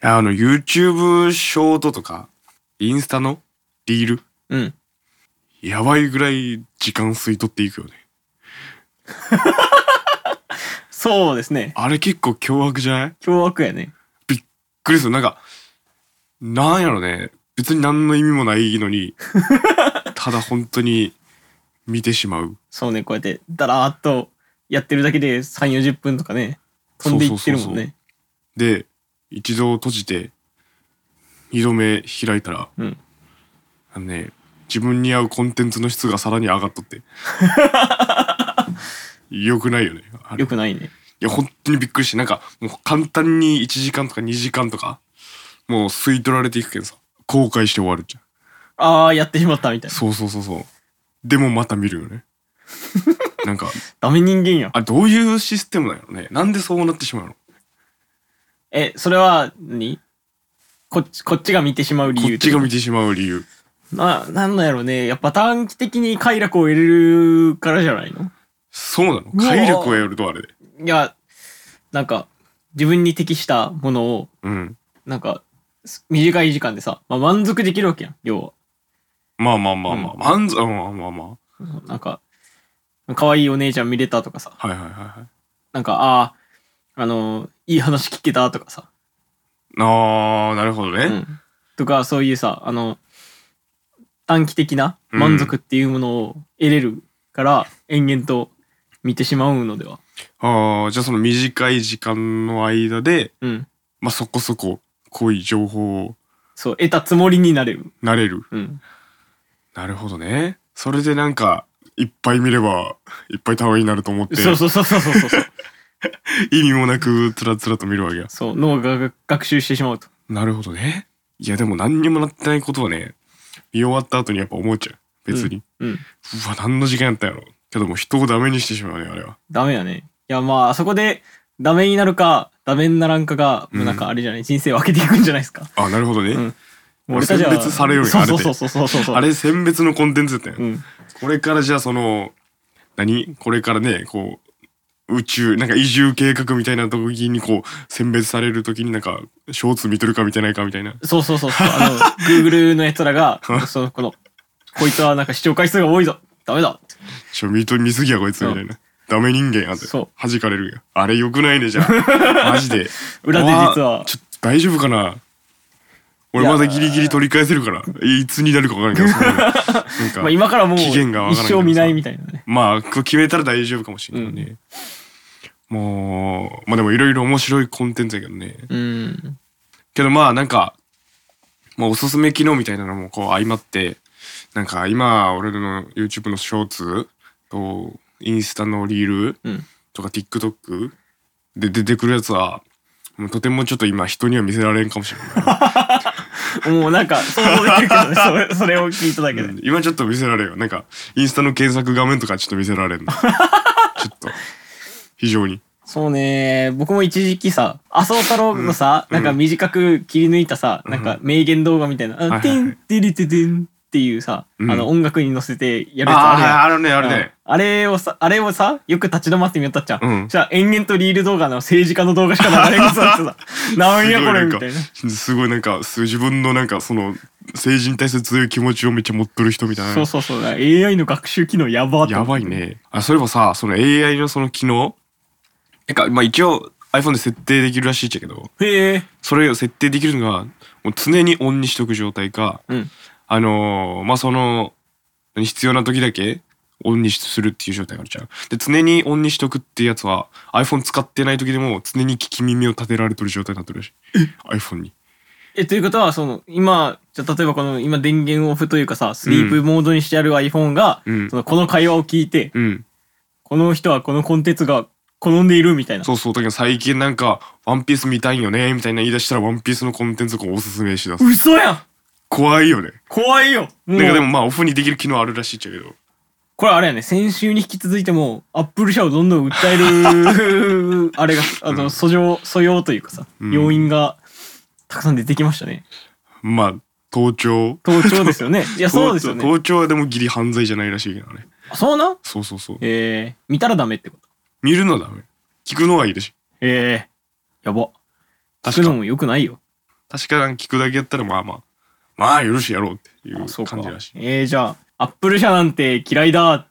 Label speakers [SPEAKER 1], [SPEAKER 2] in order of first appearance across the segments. [SPEAKER 1] あの、YouTube ショートとか、インスタのリール、
[SPEAKER 2] うん。
[SPEAKER 1] やばいぐらい時間吸い取っていくよね。
[SPEAKER 2] そうですね。
[SPEAKER 1] あれ結構凶悪じゃない
[SPEAKER 2] 凶悪やね。
[SPEAKER 1] びっくりする。なんか、なんやろね。別に何の意味もないのに、ただ本当に見てしまう。
[SPEAKER 2] そうね、こうやって、だらーっとやってるだけで3、40分とかね、飛んでいってるもんね。
[SPEAKER 1] で、一度閉じて、二度目開いたら、
[SPEAKER 2] うん
[SPEAKER 1] あのね、自分に合うコンテンツの質がさらに上がっとって。よくないよね。あれ
[SPEAKER 2] よくないね。
[SPEAKER 1] いや、本当にびっくりして、なんか、もう簡単に1時間とか2時間とか、もう吸い取られていくけどさ、後悔して終わるじゃん。
[SPEAKER 2] あー、やってしまったみたいな。
[SPEAKER 1] そうそうそうそう。でもまた見るよね。 なんか、
[SPEAKER 2] ダメ人間や。
[SPEAKER 1] あれどういうシステムなのね。なんでそうなってしまうの
[SPEAKER 2] え、それは何、こっち、こっちが見てしまう理
[SPEAKER 1] こ
[SPEAKER 2] 由
[SPEAKER 1] っちが見てしまう理由。
[SPEAKER 2] な、なんだろうね。やっぱ短期的に快楽を得れるからじゃないの
[SPEAKER 1] そうなの
[SPEAKER 2] うわ
[SPEAKER 1] 体力をやるとあれで。
[SPEAKER 2] いや、なんか、自分に適したものを、
[SPEAKER 1] うん。
[SPEAKER 2] なんか、す短い時間でさ、まあ、満足できるわけやん、要は。
[SPEAKER 1] まあまあまあまあ。
[SPEAKER 2] う
[SPEAKER 1] 満足、まあまあま
[SPEAKER 2] うんなんか、可愛いお姉ちゃん見れたとかさ、
[SPEAKER 1] あ。はいはいはいはい。
[SPEAKER 2] なんか、ああ、あのー、いい話聞けたとかさ、
[SPEAKER 1] あー、なるほど
[SPEAKER 2] う
[SPEAKER 1] ね。
[SPEAKER 2] ん、とか、そういうさ、あの、短期的な満足っていうものを得れるから、延々と見てしまうのでは。
[SPEAKER 1] あー、じゃあその短い時間の間で、
[SPEAKER 2] うん。
[SPEAKER 1] まあそこそこ濃い情報を
[SPEAKER 2] そう、得たつもりになれる。
[SPEAKER 1] なれる。
[SPEAKER 2] うん。
[SPEAKER 1] なるほどね。それでなんか、いっぱい見れば、いっぱい単位になると思って、
[SPEAKER 2] そうそうそうそうそうそう。
[SPEAKER 1] 意味もなく、つらつらと見るわけや。
[SPEAKER 2] そう、脳が学習してしまうと。
[SPEAKER 1] なるほどね。いや、でも何にもなってないことはね、見終わった後にやっぱ思っちゃう。別に。
[SPEAKER 2] うん。
[SPEAKER 1] うわ、何の時間やったんやろ。けどもう人をダメにしてしまうね、あれは。
[SPEAKER 2] ダメやね。いや、まあ、あそこで、ダメになるか、ダメにならんかが、もうなんかあれじゃない、人生を分けていくんじゃないですか。
[SPEAKER 1] あ、なるほどね。
[SPEAKER 2] うん
[SPEAKER 1] 俺選別されるよね
[SPEAKER 2] そう
[SPEAKER 1] あれ
[SPEAKER 2] そう
[SPEAKER 1] で
[SPEAKER 2] そうそうそうそうそう。
[SPEAKER 1] あれ、選別のコンテンツだったよ、
[SPEAKER 2] うん。
[SPEAKER 1] これからじゃあその、何これからね、こう、宇宙、なんか移住計画みたいな時にこう、選別される時になんか、ショーツ見とるか見てないかみたいな。
[SPEAKER 2] そうそうそうそう。あの、Google のやつらが、その、この、こいつはなんか視聴回数が多いぞ。ダメだ。
[SPEAKER 1] ちょ、見と、見すぎやこいつ
[SPEAKER 2] うん
[SPEAKER 1] みたいな。ダメ人間やって。
[SPEAKER 2] そう
[SPEAKER 1] 弾かれるやん。あれ良くないね、じゃ あ。マジで。
[SPEAKER 2] 裏で実は
[SPEAKER 1] うわちょっと大丈夫かな俺
[SPEAKER 2] いや
[SPEAKER 1] まだギリギリ取り返せるから。いつになるか分からんけどそんな の。なんか、
[SPEAKER 2] まあ、今からもう、
[SPEAKER 1] 期限がわ
[SPEAKER 2] 一
[SPEAKER 1] からんけどさ
[SPEAKER 2] 生見ないみたいなね。
[SPEAKER 1] まあ、こう決めたら大丈夫かもしれないね。もう、まあでもいろいろ面白いコンテンツやけどね。
[SPEAKER 2] うん。
[SPEAKER 1] けどまあなんか、まあ、おすすめ機能みたいなのもこう相まってなんか今俺の YouTube のショーツとインスタのリール
[SPEAKER 2] うん。
[SPEAKER 1] とか TikTok で出てくるやつはもうとてもちょっと今人には見せられんかもしれない
[SPEAKER 2] もうなんか、想像できるけどね、そ れ、それを聞いただけで。
[SPEAKER 1] うん今ちょっと見せられんよなんかインスタの検索画面とかちょっと見せられ んのちょっと非常に
[SPEAKER 2] そうね僕も一時期さ麻生太郎のさ、
[SPEAKER 1] うん
[SPEAKER 2] なんか短く切り抜いたさ、なんか名言動画みたいな「あの
[SPEAKER 1] はいはい
[SPEAKER 2] テンテリテテン」っていうさ、
[SPEAKER 1] うん
[SPEAKER 2] あの音楽に乗せてやるやつあるやん
[SPEAKER 1] ああーあるねあるね
[SPEAKER 2] うんあれをさあれをさよく立ち止まって見よったっちゃ
[SPEAKER 1] うん
[SPEAKER 2] じゃあ延々とリール動画の政治家の動画しか流れんくなってさ なんやこれみたいな
[SPEAKER 1] すごいなんかす自分のなんかその政治に対する強い気持ちをめっちゃ持っとる人みたいな
[SPEAKER 2] そうそうそう AI の学習機能やばと思って
[SPEAKER 1] やばいね。あ、そういえばさ、その AI のその機能なんか、まあ一応 iPhone で設定できるらしいっちゃけど、
[SPEAKER 2] へえ
[SPEAKER 1] それを設定できるのが、もう常にオンにしとく状態か、
[SPEAKER 2] うん
[SPEAKER 1] あのーまあその、何必要な時だけオンにするっていう状態があるじゃん。で、常にオンにしとくってやつは、iPhone 使ってない時でも常に聞き耳を立てられてる状態になってるらしい。iPhone に。
[SPEAKER 2] えということはその今じゃあ例えばこの今電源オフというかさスリープモードにしてある iPhone が、
[SPEAKER 1] うん
[SPEAKER 2] そのこの会話を聞いて、
[SPEAKER 1] うん。
[SPEAKER 2] この人はこのコンテンツが好んでいるみたいな。
[SPEAKER 1] そうそう、だけど最近なんか、ワンピース見たいんよね、みたいな言い出したら、ワンピースのコンテンツをこうおすすめしだす。
[SPEAKER 2] 嘘やん
[SPEAKER 1] 怖いよね。
[SPEAKER 2] 怖いよもう
[SPEAKER 1] なんかでもまあオフにできる機能あるらしいっちゃけど。
[SPEAKER 2] これあれやね、先週に引き続いても、アップル社をどんどん訴 える、あれが、あの、訴状、訴容というかさ、
[SPEAKER 1] うん
[SPEAKER 2] 要因がたくさん出てきましたね。
[SPEAKER 1] まあ、盗聴。
[SPEAKER 2] 盗聴ですよ ね。いや、そうですよ
[SPEAKER 1] 盗
[SPEAKER 2] ね。
[SPEAKER 1] 盗聴はでもギリ犯罪じゃないらしいけどね。
[SPEAKER 2] あそうなん
[SPEAKER 1] そうそうそう。
[SPEAKER 2] えー、見たらダメってこと。
[SPEAKER 1] 見るのはダメ。聞くのはいいらしい。
[SPEAKER 2] えー、やば。
[SPEAKER 1] 確
[SPEAKER 2] 聞くの
[SPEAKER 1] か。
[SPEAKER 2] も良くないよ。
[SPEAKER 1] 確かに聞くだけやったらまあまあまあよろしいやろうっていう
[SPEAKER 2] あそうか
[SPEAKER 1] 感じらしいって
[SPEAKER 2] えー、じゃあアップル社なんて嫌いだ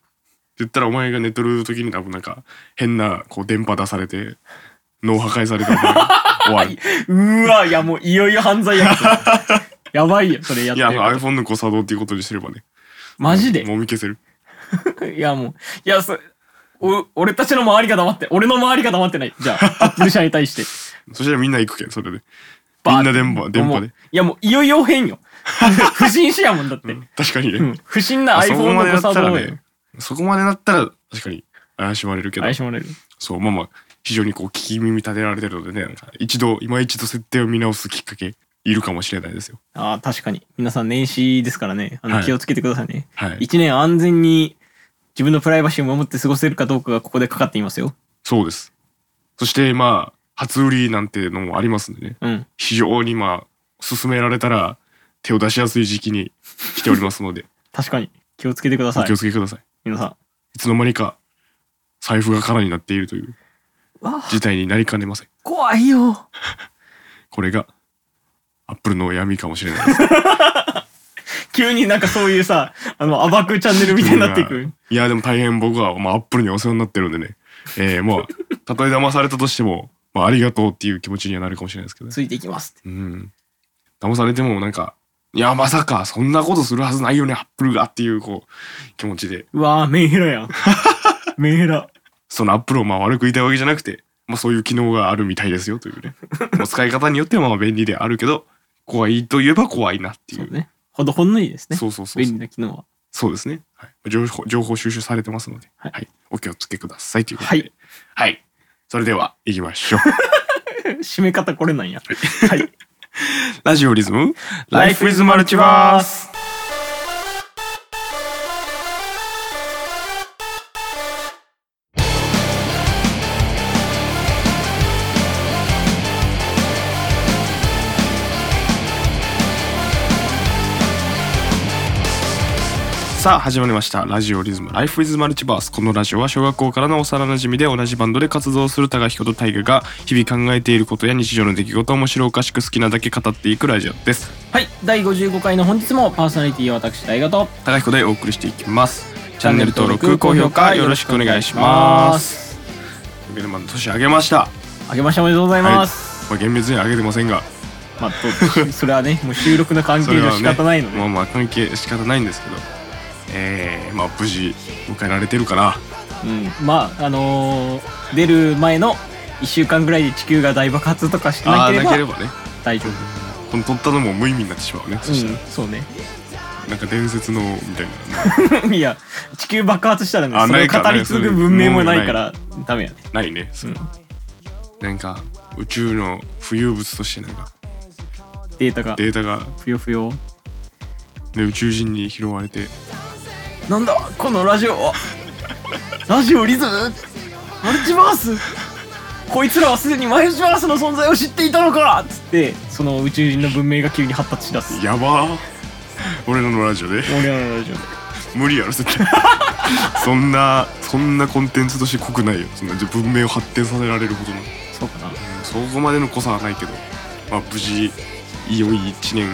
[SPEAKER 1] 言ったらお前が寝とる時に多分なんか変なこう電波出されて脳破壊されたら終わる
[SPEAKER 2] うーわいやもういよいよ犯罪 やんやばいよそれやっ
[SPEAKER 1] い
[SPEAKER 2] てる
[SPEAKER 1] やまあ
[SPEAKER 2] こと
[SPEAKER 1] iPhone の誤作動っていうことにすればね
[SPEAKER 2] マジで
[SPEAKER 1] もみ消せる
[SPEAKER 2] いやもういやそお俺たちの周りが黙って俺の周りが黙ってないじゃあアップル社に対して
[SPEAKER 1] そしたらみんな行くけんそれで
[SPEAKER 2] バー
[SPEAKER 1] み
[SPEAKER 2] っ
[SPEAKER 1] んな
[SPEAKER 2] て
[SPEAKER 1] 電波電波で
[SPEAKER 2] もういやもういよいよ変よ 不審者やもんだって、
[SPEAKER 1] 確かにね、
[SPEAKER 2] うん不審な
[SPEAKER 1] あそこ
[SPEAKER 2] iPhone
[SPEAKER 1] ま
[SPEAKER 2] の
[SPEAKER 1] で
[SPEAKER 2] 誤
[SPEAKER 1] なった
[SPEAKER 2] 作
[SPEAKER 1] ら
[SPEAKER 2] 動
[SPEAKER 1] ねそこまでなったら確かに怪しまれるけど
[SPEAKER 2] 怪しまれる
[SPEAKER 1] そうまあまあ非常にこう聞き耳立てられてるのでねなんか一度今一度設定を見直すきっかけいるかもしれないですよ
[SPEAKER 2] ああ確かに皆さん年始ですからねあの、
[SPEAKER 1] はい
[SPEAKER 2] 気をつけてくださいね
[SPEAKER 1] はい
[SPEAKER 2] 一年安全に自分のプライバシーを守って過ごせるかどうかがここでかかっていますよ
[SPEAKER 1] そうですそしてまあ初売りなんてのもありますんでね
[SPEAKER 2] うん
[SPEAKER 1] 非常にまあ勧められたら手を出しやすい時期に来ております ので
[SPEAKER 2] 確かに気をつけてくだ
[SPEAKER 1] お
[SPEAKER 2] さい
[SPEAKER 1] 気をつけください、
[SPEAKER 2] 皆さん
[SPEAKER 1] い、つの間にか財布が空になっているという
[SPEAKER 2] わあ
[SPEAKER 1] 事態になりかねません
[SPEAKER 2] 怖いよ
[SPEAKER 1] これがアップルの闇かもしれないです
[SPEAKER 2] 急になんかそういうさあの暴くチャンネルみたいになっていく
[SPEAKER 1] いやでも大変僕は、まあ、アップルにお世話になってるんでねえー、まあたとえ騙されたとしても、まあ、ありがとうっていう気持ちにはなるかもしれないですけど、ね、
[SPEAKER 2] ついていきますって
[SPEAKER 1] うん騙されてもなんかいやまさかそんなことするはずないよねアップルがっていうこう気持ちで
[SPEAKER 2] うわあメンヘラ やんメンヘラ
[SPEAKER 1] そのアップルをまあ悪く言いたいわけじゃなくて、まあ、そういう機能があるみたいですよというねまあ使い方によってはまあ便利であるけど怖いといえば怖いなってい
[SPEAKER 2] そう
[SPEAKER 1] う
[SPEAKER 2] ねほどほんのいいですね
[SPEAKER 1] そうそうそう
[SPEAKER 2] 便利な機能は
[SPEAKER 1] そうですね、はい、情報情報収集されてますので、
[SPEAKER 2] は
[SPEAKER 1] はいいお気をつけくださいということ
[SPEAKER 2] は
[SPEAKER 1] で
[SPEAKER 2] い
[SPEAKER 1] はい、それでは行きましょう
[SPEAKER 2] 締め方これなんやはい
[SPEAKER 1] ラジオリズム
[SPEAKER 2] Life is
[SPEAKER 1] マルチバースさあ始まりましたラジオリズム Life is Multiverse このラジオは小学校からの幼なじみで同じバンドで活動する高彦と大我が日々考えていることや日常の出来事を面白おかしく好きなだけ語っていくラジオです
[SPEAKER 2] はい第55回の本日もパーソナリティは私大と
[SPEAKER 1] 高彦でお送りしていきますチャンネル登録高評価よろしくお願いしますというわけでまあ年上げました
[SPEAKER 2] あけましておめでとうございま
[SPEAKER 1] ま
[SPEAKER 2] す、
[SPEAKER 1] あ厳密に上げてませんが
[SPEAKER 2] まあとそれは ねもう収録の関
[SPEAKER 1] そ
[SPEAKER 2] 係
[SPEAKER 1] れ
[SPEAKER 2] 上
[SPEAKER 1] は
[SPEAKER 2] 仕方ないので、
[SPEAKER 1] ね、まあまあ関係仕方ないんですけどえー、まあ無事迎えられてるかな
[SPEAKER 2] うん、まああのー出る前の1週間ぐらいで地球が大爆発とかしてな
[SPEAKER 1] ああ
[SPEAKER 2] けれ
[SPEAKER 1] ーなけれ
[SPEAKER 2] ば
[SPEAKER 1] ばね
[SPEAKER 2] 大丈夫
[SPEAKER 1] この撮ったのも無意味になってしまうねそしたら
[SPEAKER 2] うん、そうね
[SPEAKER 1] なんか伝説のみたいな
[SPEAKER 2] いや地球爆発したらね
[SPEAKER 1] あ
[SPEAKER 2] そ
[SPEAKER 1] な
[SPEAKER 2] れを
[SPEAKER 1] いから
[SPEAKER 2] 語り継ぐ文明もないからダメやね
[SPEAKER 1] ないね、
[SPEAKER 2] うん
[SPEAKER 1] なんか宇宙の浮遊物としてなんか
[SPEAKER 2] データが
[SPEAKER 1] データが、
[SPEAKER 2] ふよふよ
[SPEAKER 1] ね、宇宙人に拾われて
[SPEAKER 2] なんだこのラジオはラジオリズムマルチバースこいつらはすでにマルチバースの存在を知っていたのかっつってその宇宙人の文明が急に発達しだす
[SPEAKER 1] やばー俺らのラジオで
[SPEAKER 2] 俺らのラジオで
[SPEAKER 1] 無理やろ絶対 そんなそんなコンテンツとして濃くないよそんなじゃ文明を発展させられるほどの
[SPEAKER 2] そうかな
[SPEAKER 1] そこまでの濃さはないけどまあ無事いよい1年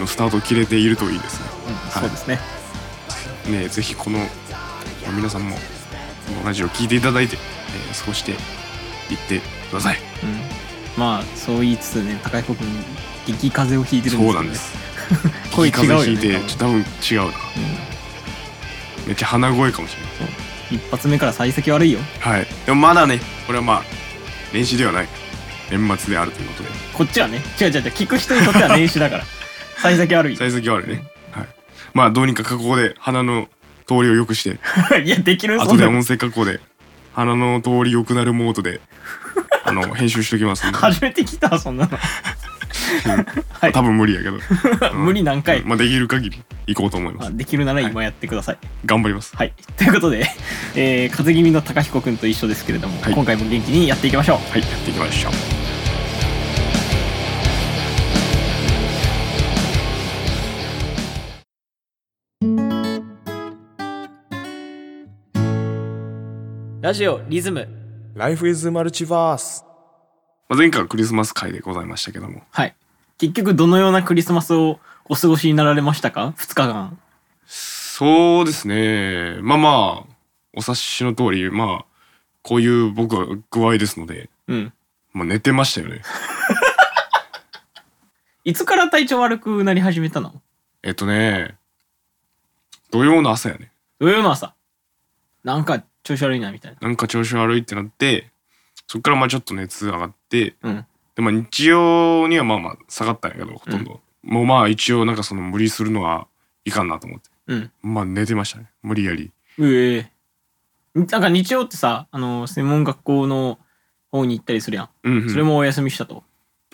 [SPEAKER 1] のスタートを切れているといいですね
[SPEAKER 2] うん
[SPEAKER 1] はい
[SPEAKER 2] そうですね
[SPEAKER 1] ねぜひこの、まあ皆さんもこのラジオを聞いていただいて、えー、過ごしていってください
[SPEAKER 2] うんまあそう言いつつね高彦君激風邪をひいてるんで
[SPEAKER 1] そ
[SPEAKER 2] すよ
[SPEAKER 1] うなんです
[SPEAKER 2] ね声違うよね
[SPEAKER 1] 聞いて
[SPEAKER 2] 多
[SPEAKER 1] 多分
[SPEAKER 2] 分
[SPEAKER 1] 違うなめっちゃ鼻声かもしれ
[SPEAKER 2] うん一発目から幸先悪いよ
[SPEAKER 1] ないはいでもまだねこれはまあ年始ではない年末であるということで
[SPEAKER 2] こっちはね違う違う違う聞く人にとっては年始だ から幸先悪い
[SPEAKER 1] 幸先はあるねはいまあどうにか加工で鼻の通りを良くして
[SPEAKER 2] いやできる そ
[SPEAKER 1] 後
[SPEAKER 2] ん
[SPEAKER 1] で
[SPEAKER 2] な
[SPEAKER 1] 音声加工で鼻の通り良くなるモード であの編集しときますんで
[SPEAKER 2] 初めて来たそんなのはい
[SPEAKER 1] 多分無理やけどうん
[SPEAKER 2] 無理何回
[SPEAKER 1] まあできる限り行こうと思いま
[SPEAKER 2] まあ
[SPEAKER 1] す
[SPEAKER 2] できるなら今やってください。
[SPEAKER 1] 頑張ります
[SPEAKER 2] はい。 ということで、えー、風邪気味の高彦くんと一緒ですけれども、
[SPEAKER 1] はい
[SPEAKER 2] 今回も元気にやっていきましょう。
[SPEAKER 1] はいやっていきましょう
[SPEAKER 2] ラジオリズム。
[SPEAKER 3] Life is Multiverse.
[SPEAKER 1] まあ前回はクリスマス会でございましたけども
[SPEAKER 2] はい。結局どのようなクリスマスをお過ごしになられましたか ?2 日間。
[SPEAKER 1] そうですね。まあまあ、お察しの通り、まあ、こういう僕は具合ですので、
[SPEAKER 2] うん。
[SPEAKER 1] もう寝てましたよね。
[SPEAKER 2] いつから体調悪くなり始めたの
[SPEAKER 1] えっとね、土曜の朝やね。
[SPEAKER 2] 土曜の朝。なんか調子悪いなみたいな。
[SPEAKER 1] なんか調子悪いってなって、そっからまあちょっと熱上がって、
[SPEAKER 2] うん。
[SPEAKER 1] でまあ日曜にはまあまあ下がったんやけど、ほとんど。もうまあ一応なんかその無理するのはいかんなと思って。
[SPEAKER 2] うん。
[SPEAKER 1] まあ寝てましたね。無理やり。
[SPEAKER 2] うえなんか日曜ってさ、あの、専門学校の方に行ったりするやん。
[SPEAKER 1] うん、うん。
[SPEAKER 2] それもお休みしたと。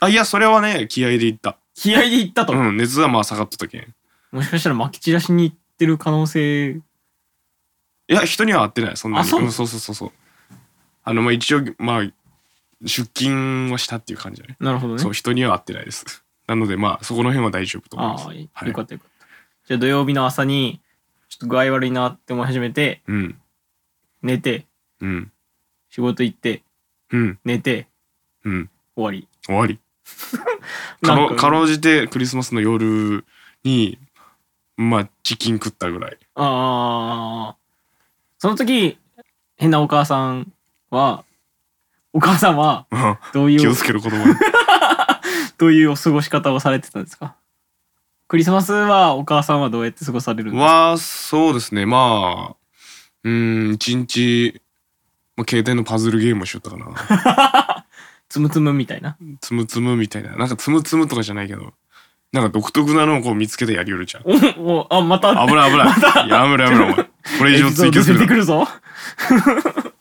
[SPEAKER 1] あ、いや、それはね、気合で行った。
[SPEAKER 2] 気合で行ったと。
[SPEAKER 1] うん、熱はまあ下がっとったけん。い
[SPEAKER 2] もしかしたら巻き散らしに行ってる可能性。
[SPEAKER 1] や、人には会ってない、そんなに。
[SPEAKER 2] あそうん
[SPEAKER 1] そうそうそうそう。あの、まあ一応、まあ、出勤はしたっていう感じだね。
[SPEAKER 2] なるほどね
[SPEAKER 1] そう、。人には会ってないです。なので、まあ、そこの辺は大丈夫と思いま
[SPEAKER 2] あ
[SPEAKER 1] す。
[SPEAKER 2] あ、よ
[SPEAKER 1] はい
[SPEAKER 2] かったよかった。じゃあ土曜日の朝に、ちょっと具合悪いなって思い始めて、
[SPEAKER 1] うん、
[SPEAKER 2] 寝て、
[SPEAKER 1] うん、
[SPEAKER 2] 仕事行って、
[SPEAKER 1] うん、
[SPEAKER 2] 寝て、
[SPEAKER 1] うん。
[SPEAKER 2] 終わり。
[SPEAKER 1] 終わり。か
[SPEAKER 2] な
[SPEAKER 1] ろ
[SPEAKER 2] ん
[SPEAKER 1] かろうじてクリスマスの夜に、まあ、チキン食ったぐらい。
[SPEAKER 2] ああ。その時、変なお母さんは、お母さんは、
[SPEAKER 1] うん
[SPEAKER 2] どうい
[SPEAKER 1] 気
[SPEAKER 2] う
[SPEAKER 1] を、つける子供に。
[SPEAKER 2] どういうお過ごし方をされてたんですかクリスマスはお母さんはどうやって過ごされるんですか
[SPEAKER 1] は、そうですね。まあ、うーん、一日、まあ、携帯のパズルゲームをしよったかな。
[SPEAKER 2] つむつむみたいな。
[SPEAKER 1] つむつむみたいな。なんかつむつむとかじゃないけど、なんか独特なのをこう見つけてやりよるじゃん。
[SPEAKER 2] おお、あ、また、
[SPEAKER 1] 危ない危ない。やめろやめろ、お前。これ以上追
[SPEAKER 2] エピ
[SPEAKER 1] 求
[SPEAKER 2] ソ
[SPEAKER 1] す
[SPEAKER 2] ード出て
[SPEAKER 1] る
[SPEAKER 2] く
[SPEAKER 1] な。
[SPEAKER 2] るぞ。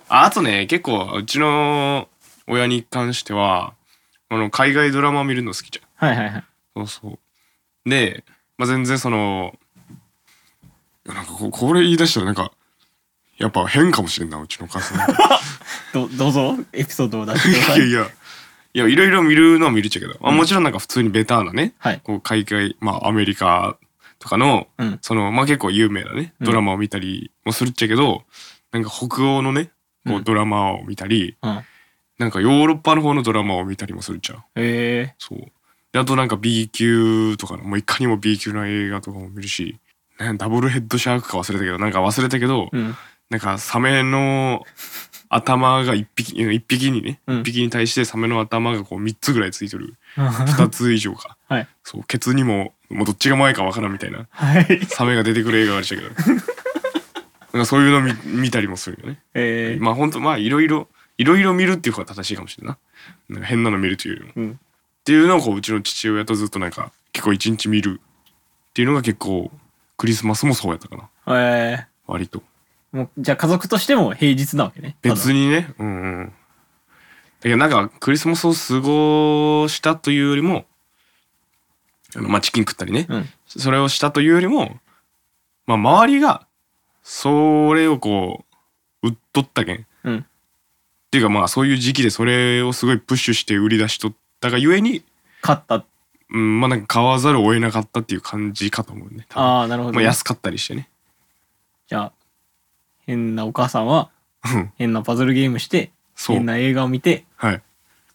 [SPEAKER 1] ああとね、結構、うちの親に関しては、あの、海外ドラマ見るの好きじゃ
[SPEAKER 2] はいはいはい。
[SPEAKER 1] ん。そうそう。で、まあ、全然その、いやなんかここれ言い出したらなんか、やっぱ変かもしれんな、うちのお母 さん。
[SPEAKER 2] どどうぞエピソードを出してくださ
[SPEAKER 1] いや
[SPEAKER 2] い。
[SPEAKER 1] いや、いや、いろいろ見るのは見るっちゃけど、まあ、もちろんなんか普通にベターなね、
[SPEAKER 2] はい。
[SPEAKER 1] こう海外、まあアメリカとかの、
[SPEAKER 2] うん。
[SPEAKER 1] その、まあ結構有名なね、
[SPEAKER 2] うん
[SPEAKER 1] ドラマを見たりもするっちゃけど、なんか北欧のね、こ
[SPEAKER 2] う
[SPEAKER 1] うんドラマを見たり、
[SPEAKER 2] うん。
[SPEAKER 1] なんかヨーロッパの方のドラマを見たりもするっちゃう。
[SPEAKER 2] え
[SPEAKER 1] そう。であとなんか B 級とかの、もういかにも B 級な映画とかも見るし、なんダブルヘッドシャークか忘れたけど、なんか忘れたけど、
[SPEAKER 2] えうん。
[SPEAKER 1] なんかサメの頭が一匹、一匹にね、
[SPEAKER 2] うん
[SPEAKER 1] 一匹に対してサメの頭がこう三つぐらいついてる。二つ以上 か。
[SPEAKER 2] はい。
[SPEAKER 1] そう、ケツにも、もうどっちが前かわからんみたいな、
[SPEAKER 2] はい。
[SPEAKER 1] サメが出てくる映画がある したけど。なんかそういうの見見たりもするよね。
[SPEAKER 2] ええ
[SPEAKER 1] まあほんと、まあいろいろ、いろいろ見るっていう方が正しいかもしれんないな。なんか変なの見るというよりも。っ
[SPEAKER 2] うん。
[SPEAKER 1] ていうのをこう、うちの父親とずっとなんか、結構一日見るっていうのが結構、クリスマスもそうやったかな。
[SPEAKER 2] え
[SPEAKER 1] 割と。
[SPEAKER 2] えもう、じゃあ家族としても平日なわけね。
[SPEAKER 1] 別にねうんうんいやなんかクリスマスを過ごしたというよりもあのまあチキン食ったりね、
[SPEAKER 2] ただ。うん。
[SPEAKER 1] それをしたというよりもまあ周りがそれをこう売っとったけんっ
[SPEAKER 2] うん。
[SPEAKER 1] ていうかまあそういう時期でそれをすごいプッシュして売り出しとったがゆえに、
[SPEAKER 2] 勝った。
[SPEAKER 1] うん、まあなんか買わざるを得なかったっていう感じかと思うね多分
[SPEAKER 2] ああ、なるほど
[SPEAKER 1] まあ
[SPEAKER 2] ね。
[SPEAKER 1] 安かったりしてね
[SPEAKER 2] じゃあ、変なお母さんは
[SPEAKER 1] うん、
[SPEAKER 2] 変なパズルゲームして、
[SPEAKER 1] そう
[SPEAKER 2] 変な映画を見て、
[SPEAKER 1] はい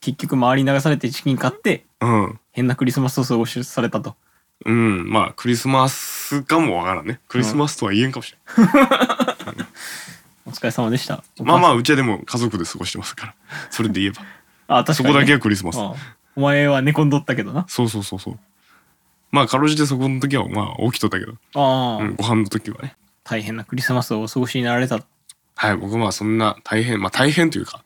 [SPEAKER 2] 結局周りに流されてチキン買って、
[SPEAKER 1] うん
[SPEAKER 2] 変なクリスマスを過ごしされたと。
[SPEAKER 1] うん、まあクリスマスかもわからんね。クリスマスとは言えんかもしれない。
[SPEAKER 2] お疲れ様でした。
[SPEAKER 1] まあま
[SPEAKER 2] あ、
[SPEAKER 1] あうちはでも家族で過ごしてますから。それで言えば。
[SPEAKER 2] あ確
[SPEAKER 1] そ
[SPEAKER 2] か
[SPEAKER 1] こ
[SPEAKER 2] にね、
[SPEAKER 1] だけはクリスマス。
[SPEAKER 2] ああお前は寝込んどったけどな。
[SPEAKER 1] そうそうそうそう。まあかろうじてそこの時はまあ起きとったけど、
[SPEAKER 2] あ
[SPEAKER 1] う
[SPEAKER 2] あ、
[SPEAKER 1] ん、ご飯の時はね。
[SPEAKER 2] 大変なクリスマスをお過ごしになられた。
[SPEAKER 1] はい、僕はまあそんな大変、まあ大変というか、まあ、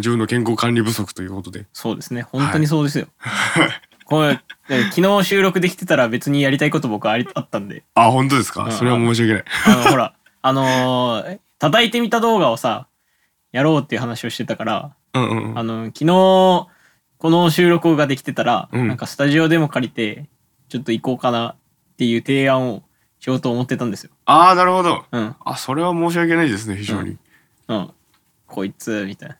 [SPEAKER 1] 自分の健康管理不足ということで。
[SPEAKER 2] そうですね。本当にそうで すよ。これ、ね昨日収録できてたら別にやりたいこと僕ありあったんで。
[SPEAKER 1] あ、本当ですか、
[SPEAKER 2] うん
[SPEAKER 1] それは申し訳ない。
[SPEAKER 2] あの、ほら、あのー叩いてみた動画をさ、やろうっていう話をしてたから、
[SPEAKER 1] うんうんう
[SPEAKER 2] あ
[SPEAKER 1] ん。
[SPEAKER 2] の、昨日、この収録ができてたら、
[SPEAKER 1] うん
[SPEAKER 2] なんかスタジオでも借りて、ちょっと行こうかなっていう提案をしようと思ってたんですよ。
[SPEAKER 1] ああ、なるほど。
[SPEAKER 2] うん、
[SPEAKER 1] あ、それは申し訳ないですね、非常に。
[SPEAKER 2] うん。こいつ、みたいな。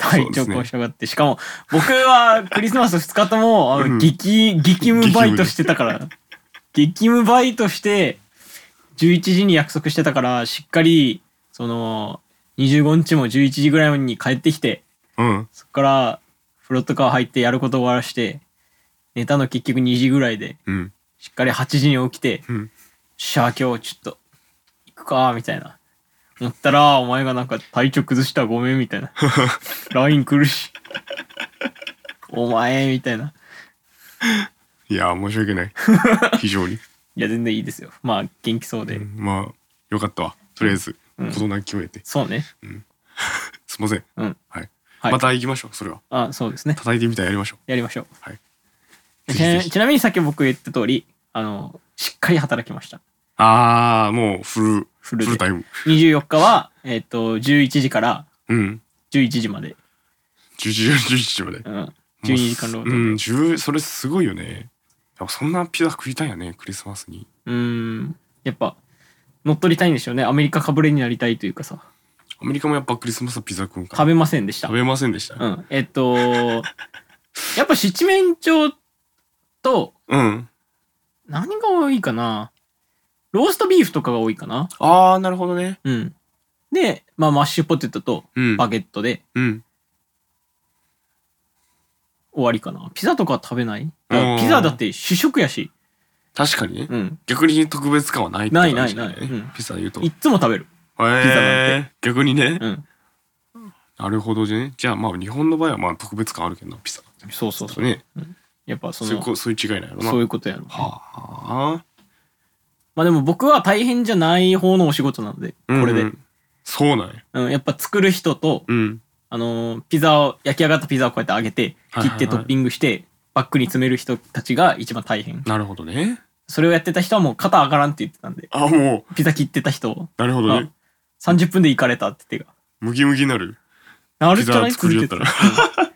[SPEAKER 1] そう
[SPEAKER 2] 体
[SPEAKER 1] ですね
[SPEAKER 2] 調交渉があって、しかも、僕はクリスマス2日とも、あ
[SPEAKER 1] う
[SPEAKER 2] の
[SPEAKER 1] ん
[SPEAKER 2] 激、激務バイトしてたから、激務バイトして、11時に約束してたから、しっかり、その、25日も11時ぐらいに帰ってきて、
[SPEAKER 1] うん。
[SPEAKER 2] そっから、フロットカー入ってやること終わらして、寝たの結局2時ぐらいで、
[SPEAKER 1] うん
[SPEAKER 2] しっかり8時に起きて、
[SPEAKER 1] うん
[SPEAKER 2] しゃあ今日ちょっと、行くか、みたいな。思ったら、お前がなんか体調崩したごめん、みたいな。LINE 来るし。お前、みたいな。
[SPEAKER 1] いや申し訳 ない非常に、
[SPEAKER 2] いや、全然いいですよ。まあ、元気そうで。
[SPEAKER 1] うんまあよかったわとりあえず事なきを得て、
[SPEAKER 2] そうね。
[SPEAKER 1] すいません、
[SPEAKER 2] うん。
[SPEAKER 1] はい
[SPEAKER 2] はい
[SPEAKER 1] また行きましょうそれは
[SPEAKER 2] あ、そうですね。
[SPEAKER 1] 叩いてみたらやりましょ
[SPEAKER 2] やりましょう。
[SPEAKER 1] はい
[SPEAKER 2] ち
[SPEAKER 1] ぜひぜひ
[SPEAKER 2] ちなみにさっき僕言った通り、あの、しっかり働きました。
[SPEAKER 1] うああもうフル
[SPEAKER 2] フルで
[SPEAKER 1] タイム
[SPEAKER 2] 24日は、えっ、と、11時から
[SPEAKER 1] うん
[SPEAKER 2] 11時まで。
[SPEAKER 1] 11時11時まで
[SPEAKER 2] うん。12時間労働。
[SPEAKER 1] うん10それすごいよねやっぱそんなピザ食いたいよねクリスマスに
[SPEAKER 2] うーん。やっぱ、乗っ取りたいんでしょうね。アメリカかぶれになりたいというかさ。
[SPEAKER 1] アメリカもやっぱクリスマスはピザ食うんか
[SPEAKER 2] 食べませんでした。
[SPEAKER 1] 食べませんでした
[SPEAKER 2] うん。えっ、と、やっぱ七面鳥と、
[SPEAKER 1] うん
[SPEAKER 2] 何が多いかな。ローストビーフとかが多いかな。
[SPEAKER 1] ああなるほどね
[SPEAKER 2] うん。で、まあ、マッシュポテトと
[SPEAKER 1] うん
[SPEAKER 2] バゲットで
[SPEAKER 1] うん
[SPEAKER 2] 終わりかな。ピザとかは食べない
[SPEAKER 1] うん
[SPEAKER 2] ピザだって主食やし。
[SPEAKER 1] 確かにね
[SPEAKER 2] うん。
[SPEAKER 1] 逆に特別感はないって感じだね
[SPEAKER 2] ないないないうん
[SPEAKER 1] ピザで言うと
[SPEAKER 2] いっつも食べる。
[SPEAKER 1] ピ
[SPEAKER 2] ザなん
[SPEAKER 1] て逆にね、
[SPEAKER 2] うん。
[SPEAKER 1] なるほどねじゃあまあ日本の場合はまあ特別感あるけどなピザ
[SPEAKER 2] そうそうそう。
[SPEAKER 1] ね
[SPEAKER 2] やっぱ
[SPEAKER 1] そ
[SPEAKER 2] そ
[SPEAKER 1] ういう
[SPEAKER 2] の、
[SPEAKER 1] こそういう違いなのな
[SPEAKER 2] そういうことやろ。
[SPEAKER 1] はあ
[SPEAKER 2] まあでも僕は大変じゃない方のお仕事なので、これで。
[SPEAKER 1] うんうんそうなんや
[SPEAKER 2] うん、やっぱ作る人と、
[SPEAKER 1] うん
[SPEAKER 2] あのーピザを、焼き上がったピザをこうやって揚げて、
[SPEAKER 1] はいはい
[SPEAKER 2] 切
[SPEAKER 1] はい
[SPEAKER 2] ってトッピングして、バッグに詰める人たちが一番大変。
[SPEAKER 1] なるほどね
[SPEAKER 2] それをやってた人はもう肩上がらんって言ってたんで、
[SPEAKER 1] あもう
[SPEAKER 2] ピザ切ってた人、
[SPEAKER 1] なるほど
[SPEAKER 2] あ
[SPEAKER 1] ね
[SPEAKER 2] 30分で行かれたって手が。
[SPEAKER 1] ムキムキになる
[SPEAKER 2] なるじゃな
[SPEAKER 1] ピ
[SPEAKER 2] い
[SPEAKER 1] ザ作りよったら
[SPEAKER 2] 続けてた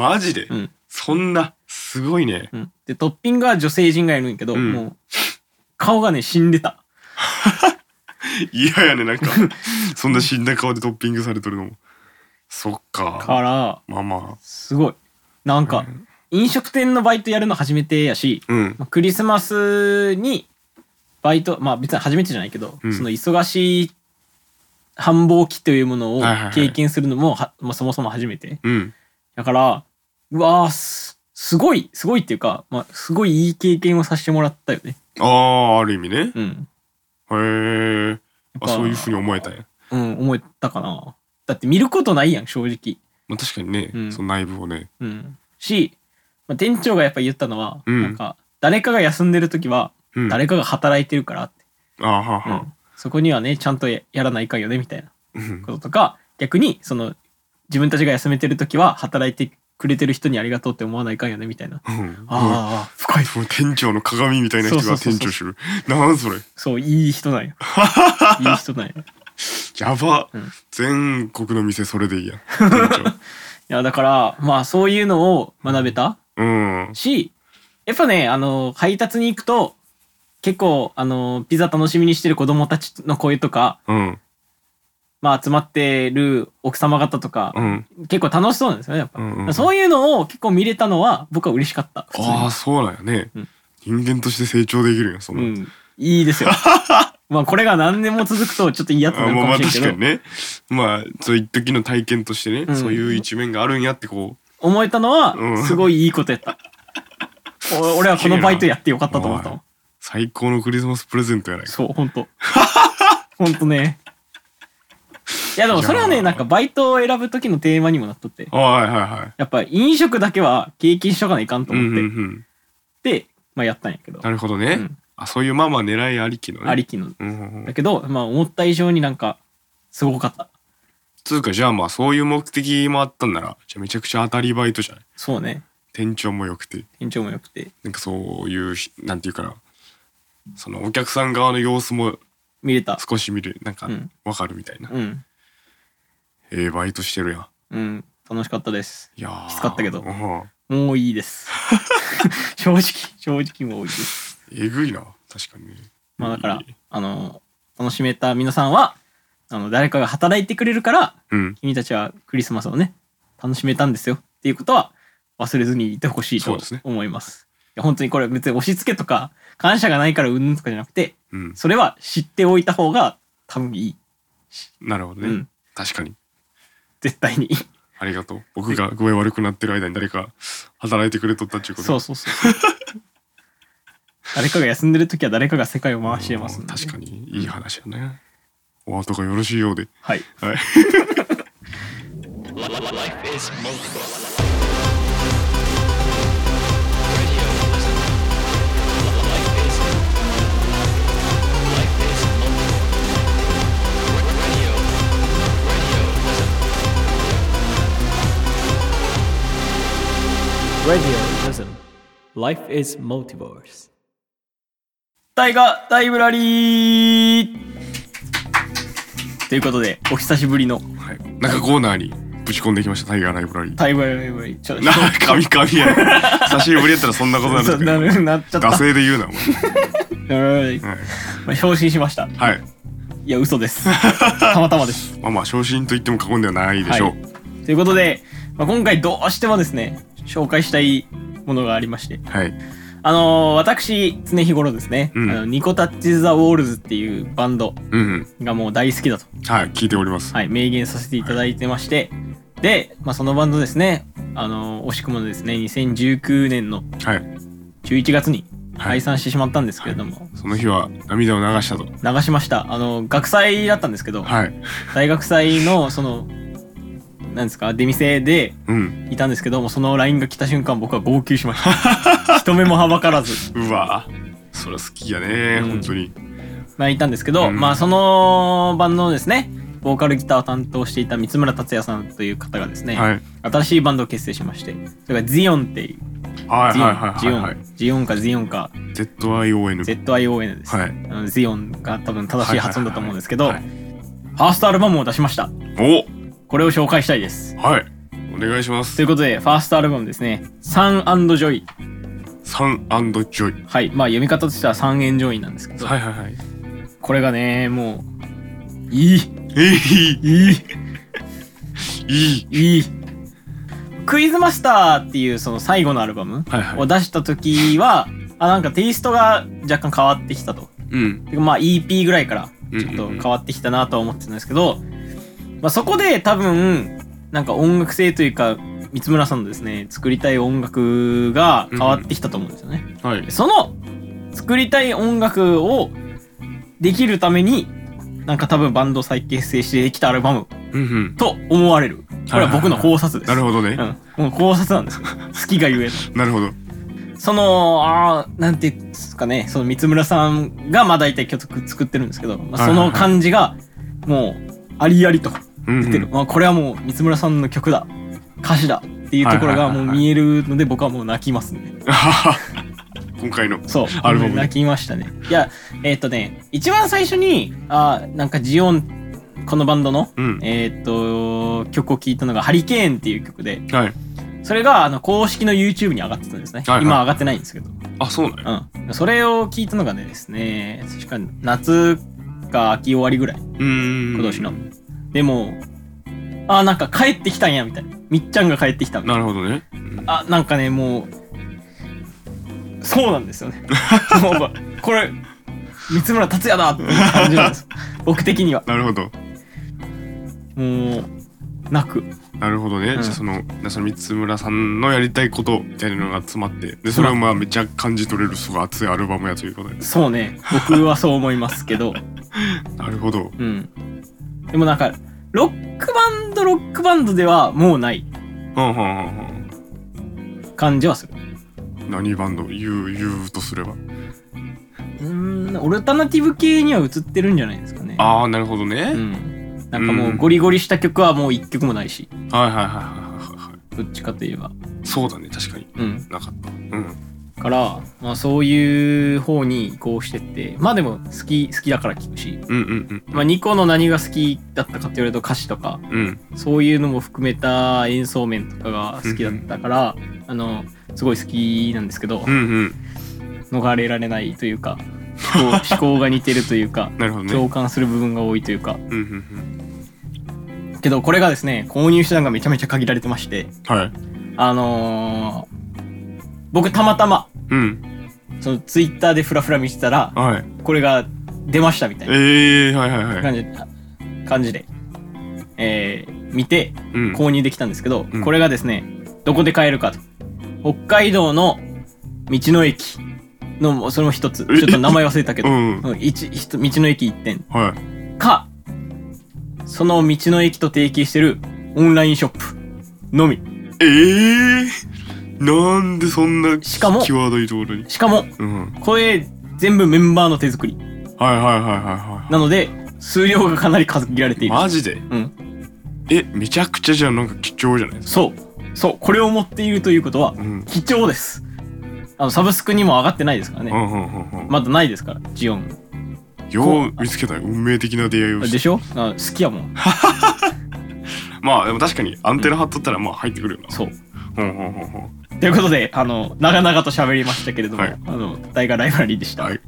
[SPEAKER 1] マジで、
[SPEAKER 2] うんうん
[SPEAKER 1] そんなすごいね
[SPEAKER 2] うんで、トッピングは女性陣がいるんやけど、
[SPEAKER 1] うん
[SPEAKER 2] もう、顔がね、死んでた。
[SPEAKER 1] 嫌やねなん かそんな死んだ顔でトッピングされとるのもそっか
[SPEAKER 2] から、
[SPEAKER 1] まあまあ
[SPEAKER 2] すごい。なんか、飲食店のバイトやるの初めてやし、
[SPEAKER 1] うん
[SPEAKER 2] まあクリスマスにバイトまあ別に初めてじゃないけど、
[SPEAKER 1] うん
[SPEAKER 2] その忙しい繁忙期というものを
[SPEAKER 1] はいはいはい
[SPEAKER 2] 経験するのもは、まあ、そもそも初めて
[SPEAKER 1] うん
[SPEAKER 2] だからうわーすすごいすごいっていうか、まあ、すごいいい経験をさせてもらったよね
[SPEAKER 1] ああある意味ね
[SPEAKER 2] うん、
[SPEAKER 1] へえ
[SPEAKER 2] ぱ
[SPEAKER 1] あそういうふうに思えたんや
[SPEAKER 2] うん、思えたかなだって見ることないやん正直
[SPEAKER 1] まあ、確かにね、
[SPEAKER 2] うん
[SPEAKER 1] その内部をね
[SPEAKER 2] うんし、まあ、店長がやっぱ言ったのは、
[SPEAKER 1] うん
[SPEAKER 2] なんか誰かが休んでる時は
[SPEAKER 1] うん
[SPEAKER 2] 誰かが働いてるからって、
[SPEAKER 1] あはは
[SPEAKER 2] うんそこにはねちゃんとややらないかんよねみたいな
[SPEAKER 1] うん
[SPEAKER 2] こととか逆にその自分たちが休めてる時は働いてくれてる人にありがとうって思わないかんよねみたいな、
[SPEAKER 1] うん
[SPEAKER 2] ああ深い
[SPEAKER 1] もう店長の鏡みたいな人
[SPEAKER 2] そう
[SPEAKER 1] が
[SPEAKER 2] そう
[SPEAKER 1] 店
[SPEAKER 2] そ
[SPEAKER 1] 長
[SPEAKER 2] う
[SPEAKER 1] するなんそれ
[SPEAKER 2] そういい人な んよいい人なんよい
[SPEAKER 1] やば、
[SPEAKER 2] うん
[SPEAKER 1] 全国の店それで いいやん店
[SPEAKER 2] やだからまあそういうのを学べた
[SPEAKER 1] 長うん
[SPEAKER 2] しやっぱねあの配達に行くと結構あのピザ楽しみにしてる子供たちの声とか、
[SPEAKER 1] うん
[SPEAKER 2] まあ、集まってる奥様方とか、
[SPEAKER 1] うん
[SPEAKER 2] 結構楽しそうなんですよねやっぱ、
[SPEAKER 1] うんうんうん
[SPEAKER 2] そういうのを結構見れたのは僕は嬉しかった普通に
[SPEAKER 1] ああそうなんやね、
[SPEAKER 2] うん
[SPEAKER 1] 人間として成長できるやんそん
[SPEAKER 2] う
[SPEAKER 1] な、
[SPEAKER 2] ん、いい ですよ。まあこれが何年も続くとちょっと嫌とな
[SPEAKER 1] あ
[SPEAKER 2] る
[SPEAKER 1] ま
[SPEAKER 2] か
[SPEAKER 1] あま
[SPEAKER 2] も
[SPEAKER 1] あ
[SPEAKER 2] しれ
[SPEAKER 1] 確か
[SPEAKER 2] んけど、
[SPEAKER 1] にねまあそう一時の体験としてね、
[SPEAKER 2] うん
[SPEAKER 1] そういう一面があるんやってこう
[SPEAKER 2] 思えたの
[SPEAKER 1] う
[SPEAKER 2] は
[SPEAKER 1] ん
[SPEAKER 2] すごいいいことやった。お俺はこのバイトやってよかったと思ったもん
[SPEAKER 1] お最高のクリスマスプレゼントやないか
[SPEAKER 2] そう本当本当ね。いやでもそれはいね
[SPEAKER 1] やー
[SPEAKER 2] なんかバイトを選ぶ時のテーマにもなっとって
[SPEAKER 1] あはいはいはい
[SPEAKER 2] やっぱ飲食だけは経験しとかないかんと
[SPEAKER 1] うん
[SPEAKER 2] 思っ
[SPEAKER 1] うん
[SPEAKER 2] て、
[SPEAKER 1] うん
[SPEAKER 2] で、まあ、やったんやけど、
[SPEAKER 1] なるほどね、
[SPEAKER 2] うん
[SPEAKER 1] あそういうまあまあ狙いありきのね
[SPEAKER 2] ありきの。
[SPEAKER 1] うんうんうん
[SPEAKER 2] だけどまあ思った以上になんかすごかった。
[SPEAKER 1] つうかじゃあまあそういう目的もあったんならじゃあめちゃくちゃ当たりバイトじゃない
[SPEAKER 2] そうね
[SPEAKER 1] 店長も良くて
[SPEAKER 2] 店長も良くて
[SPEAKER 1] なんかそういうひなんていうかなそのお客さん側の様子も
[SPEAKER 2] 見れた。
[SPEAKER 1] 少し見るなんか
[SPEAKER 2] うん
[SPEAKER 1] わかるみたいな、
[SPEAKER 2] うん
[SPEAKER 1] ええバイトしてるやん
[SPEAKER 2] うん楽しかったです。
[SPEAKER 1] いやー
[SPEAKER 2] きつかったけど
[SPEAKER 1] うん
[SPEAKER 2] もういいです。 正直、正直もういいです。
[SPEAKER 1] えぐいな確かにね
[SPEAKER 2] まあだから
[SPEAKER 1] いい、
[SPEAKER 2] あの、楽しめた皆さんは、あの、誰かが働いてくれるから、
[SPEAKER 1] うん
[SPEAKER 2] 君たちはクリスマスをね、楽しめたんですよっていうことは忘れずにいてほしい
[SPEAKER 1] そ
[SPEAKER 2] と
[SPEAKER 1] うですね
[SPEAKER 2] 思います。いや本当にこれ別に押し付けとか、感謝がないからうんぬんとかじゃなくて、
[SPEAKER 1] うん
[SPEAKER 2] それは知っておいた方が多分いい。
[SPEAKER 1] なるほどね、
[SPEAKER 2] うん
[SPEAKER 1] 確かに
[SPEAKER 2] 絶対に。
[SPEAKER 1] ありがとう僕が具合悪くなってる間に誰か働いてくれとったっちゅうこと
[SPEAKER 2] そうそう そう。誰かが休んでる時は誰かが世界を回してますんで、
[SPEAKER 1] 確かにいい話だねお後がよろしいようで
[SPEAKER 2] はい。
[SPEAKER 1] はい
[SPEAKER 3] Radioism. Life is multiverse.
[SPEAKER 2] 大河タイムラリーということで、お久しぶりの
[SPEAKER 1] はい、なんかコーナーにぶち込んできましたタイガーライブラリー。
[SPEAKER 2] タイムラリー。ちょっと
[SPEAKER 1] な、かみかみや。久しぶりやったらそんなことな
[SPEAKER 2] そうな
[SPEAKER 1] るんだ
[SPEAKER 2] るなっちゃ
[SPEAKER 1] けど。
[SPEAKER 2] った。
[SPEAKER 1] 惰
[SPEAKER 2] は
[SPEAKER 1] 性で言うな、お前。
[SPEAKER 2] いまあ、昇進しました。
[SPEAKER 1] はい。はい
[SPEAKER 2] いや、嘘 です。たまたまです。
[SPEAKER 1] まあまあ、昇進と言っても過言ではないでしょう。
[SPEAKER 2] はということで、まあ、今回どうしてもですね、紹介したいものがありまして、
[SPEAKER 1] はい。
[SPEAKER 2] あのー私、常日頃ですね、
[SPEAKER 1] うん
[SPEAKER 2] あのニコタッチ・ザ・ウォールズっていうバンド
[SPEAKER 1] うんうん。
[SPEAKER 2] がもう大好きだと、
[SPEAKER 1] はい、聞いております。
[SPEAKER 2] はい、明言させていただいてまして、で、まあ、そのバンドですね、あのー惜しくもですね、2019年の
[SPEAKER 1] はい。
[SPEAKER 2] 11月に
[SPEAKER 1] はい
[SPEAKER 2] 解散してしまったんですけれども、
[SPEAKER 1] その日は涙を流したと。
[SPEAKER 2] 流しました。あのー学祭だったんですけど、
[SPEAKER 1] はい。
[SPEAKER 2] 大学祭のその、なんですか、出店で、
[SPEAKER 1] うん。
[SPEAKER 2] いたんですけどもその LINE が来た瞬間僕は号泣しました 人目もはばからず
[SPEAKER 1] うわそりゃ好きやね、
[SPEAKER 2] うん
[SPEAKER 1] 本当に。
[SPEAKER 2] 泣いたんですけど、
[SPEAKER 1] うん
[SPEAKER 2] まあそのバンドのですねボーカルギターを担当していた三村達也さんという方がですね、
[SPEAKER 1] はい。
[SPEAKER 2] 新しいバンドを結成しましてそれがジオンっていう
[SPEAKER 1] はい
[SPEAKER 2] ジオン、
[SPEAKER 1] はいはいはいはい。
[SPEAKER 2] ジオンジオンかジオンか
[SPEAKER 1] ZION。
[SPEAKER 2] ZION です、
[SPEAKER 1] はい
[SPEAKER 2] あのジオンが多分正しい発音だと思うんですけど、
[SPEAKER 1] はいはい
[SPEAKER 2] ファーストアルバムを出しました
[SPEAKER 1] お
[SPEAKER 2] これを紹介したいです
[SPEAKER 1] はい。お願いしま
[SPEAKER 2] と
[SPEAKER 1] す
[SPEAKER 2] いう。ことでファーストアルバムですね「サンジョイ
[SPEAKER 1] サンジョイ。」
[SPEAKER 2] はいまあ読み方としては「サンエンジョイ」なんですけど、
[SPEAKER 1] はいはいはい。
[SPEAKER 2] これがねもういい
[SPEAKER 1] えい
[SPEAKER 2] いい
[SPEAKER 1] いい。
[SPEAKER 2] いいクイズマスターっていうその最後のアルバム
[SPEAKER 1] はいは
[SPEAKER 2] を
[SPEAKER 1] い。
[SPEAKER 2] 出した時は、あなんかテイストが若干変わってきたと
[SPEAKER 1] うん。
[SPEAKER 2] てかまあ EP ぐらいから
[SPEAKER 1] うん
[SPEAKER 2] ちょっと変わってきたなとは思ってたんですけど、まあ、そこで多分なんか音楽性というか三村さんのですね作りたい音楽が変わってきたと思うんですよね、
[SPEAKER 1] はい。
[SPEAKER 2] その作りたい音楽をできるためになんか多分バンドを再結成してできたアルバム
[SPEAKER 1] うんうん。
[SPEAKER 2] と思われるこれは僕の考察です、
[SPEAKER 1] なるほどね。
[SPEAKER 2] うん、もう考察なんですよ好きがゆえ
[SPEAKER 1] なるほど。
[SPEAKER 2] のそのあーなんていうんですかねその三村さんがまあ大体曲作ってるんですけど、まあ、
[SPEAKER 1] はいは
[SPEAKER 2] そ
[SPEAKER 1] いはい
[SPEAKER 2] の感じがもうありありと
[SPEAKER 1] うんうん
[SPEAKER 2] 出てる、まあ、これはもう三村さんの曲だ歌詞だっていうところがもう見えるので僕はもう泣きますね、
[SPEAKER 1] あはは 今回の。
[SPEAKER 2] そう
[SPEAKER 1] アルバムで
[SPEAKER 2] 泣きましたねいやえっ、とね一番最初にあーなんかジオンこのバンドの、
[SPEAKER 1] うん
[SPEAKER 2] えっ、と曲を聴いたのが「ハリケーン」っていう曲で
[SPEAKER 1] はい。
[SPEAKER 2] それがあの公式の YouTube に上がってたんですね、
[SPEAKER 1] はいはい
[SPEAKER 2] 今上がってないんですけど、
[SPEAKER 1] あ、そうなんや。
[SPEAKER 2] うん、それを聞いたのがねですね確か夏か秋終わりぐらい
[SPEAKER 1] うん。
[SPEAKER 2] 今年の、でもあーなんか帰ってきたんやみたいなみっちゃんが帰ってきたみたい
[SPEAKER 1] な
[SPEAKER 2] な
[SPEAKER 1] るほどね。うん
[SPEAKER 2] あなんかねもうそうなんです よねもうこれ三村達也だっていう感じな んです僕的には
[SPEAKER 1] なるほど。
[SPEAKER 2] もう泣く
[SPEAKER 1] なるほどね。
[SPEAKER 2] うん
[SPEAKER 1] じゃあその、その三村さんのやりたいことみたいなのが詰まって、で、それをまあめっちゃ感じ取れる、すごい熱いアルバムやということで。
[SPEAKER 2] そうね僕はそう思いますけ ど
[SPEAKER 1] なるほど。
[SPEAKER 2] うん。でもなんか、ロックバンド、ロックバンドではもうない
[SPEAKER 1] うんうんうん
[SPEAKER 2] 感じはする。
[SPEAKER 1] うん。何バンド言う、言うとすれば。
[SPEAKER 2] うーん、オルタナティブ系には映ってるんじゃないですかね。
[SPEAKER 1] ああ、なるほど
[SPEAKER 2] う
[SPEAKER 1] ね。
[SPEAKER 2] ん。なんかも
[SPEAKER 1] う
[SPEAKER 2] うんゴリゴリした曲はもう一曲もないし、
[SPEAKER 1] はいはいはいはいはいは
[SPEAKER 2] どっちかといえば。
[SPEAKER 1] い。そうだね、確かに。
[SPEAKER 2] うん。
[SPEAKER 1] なかった。うん。
[SPEAKER 2] から、まあそういう方に移行してって、まあでも好き、好きだから聞くし、
[SPEAKER 1] うんうん
[SPEAKER 2] まあニコの何が好きだったかって言われると歌詞とか、
[SPEAKER 1] うん。うん。
[SPEAKER 2] そういうのも含めた演奏面とかが好きだったから、あの、すごい好きなんですけど、
[SPEAKER 1] うんうん。
[SPEAKER 2] 逃れられないというか思考 思考が似てるというか
[SPEAKER 1] なるほどね。
[SPEAKER 2] 共感する部分が多いという
[SPEAKER 1] う
[SPEAKER 2] か
[SPEAKER 1] んうんうん。
[SPEAKER 2] けどこれがですね購入手段がめちゃめちゃ限られてまして
[SPEAKER 1] はい。
[SPEAKER 2] あのー僕たまたま
[SPEAKER 1] うん。
[SPEAKER 2] そのツイッターでフラフラ見てたら
[SPEAKER 1] はい。
[SPEAKER 2] これが出ましたみたいな
[SPEAKER 1] ええはいはいはい。
[SPEAKER 2] 感じ感じで、えー見て
[SPEAKER 1] うん
[SPEAKER 2] 購入できたんですけど、
[SPEAKER 1] うん
[SPEAKER 2] これがですねどこで買えるかと北海道の道の駅のそれも一つ
[SPEAKER 1] え
[SPEAKER 2] ちょっと名前忘れたけど、
[SPEAKER 1] う
[SPEAKER 2] うんん一一つ道の駅1点
[SPEAKER 1] はい
[SPEAKER 2] かその道の駅と提携してるオンラインショップのみ
[SPEAKER 1] ええー、なんでそんな
[SPEAKER 2] しかも
[SPEAKER 1] 際どいところに
[SPEAKER 2] しかも
[SPEAKER 1] うん
[SPEAKER 2] これ全部メンバーの手作り
[SPEAKER 1] はいはいはいはいは
[SPEAKER 2] なので数量がかなり限られて
[SPEAKER 1] い
[SPEAKER 2] いる
[SPEAKER 1] マジで
[SPEAKER 2] うん
[SPEAKER 1] えめちゃくちゃじゃあなんか貴重じゃないです
[SPEAKER 2] そうそうこれを持っているということは
[SPEAKER 1] かうん
[SPEAKER 2] 貴重ですあのサブスクにも上がってないですから
[SPEAKER 1] う
[SPEAKER 2] ね
[SPEAKER 1] んうんうんうん
[SPEAKER 2] まだないですからジオン
[SPEAKER 1] よう見つけたよ運命的な出会いをし
[SPEAKER 2] で
[SPEAKER 1] て
[SPEAKER 2] しょあ好きやもん
[SPEAKER 1] まあでも確かにアンテナ張っとったらまあ入ってくるよな
[SPEAKER 2] そう
[SPEAKER 1] うんうんうんうん
[SPEAKER 2] ということであの長々と喋りましたけれども、
[SPEAKER 1] はい
[SPEAKER 2] あの大河ライブラリーでした、
[SPEAKER 1] はい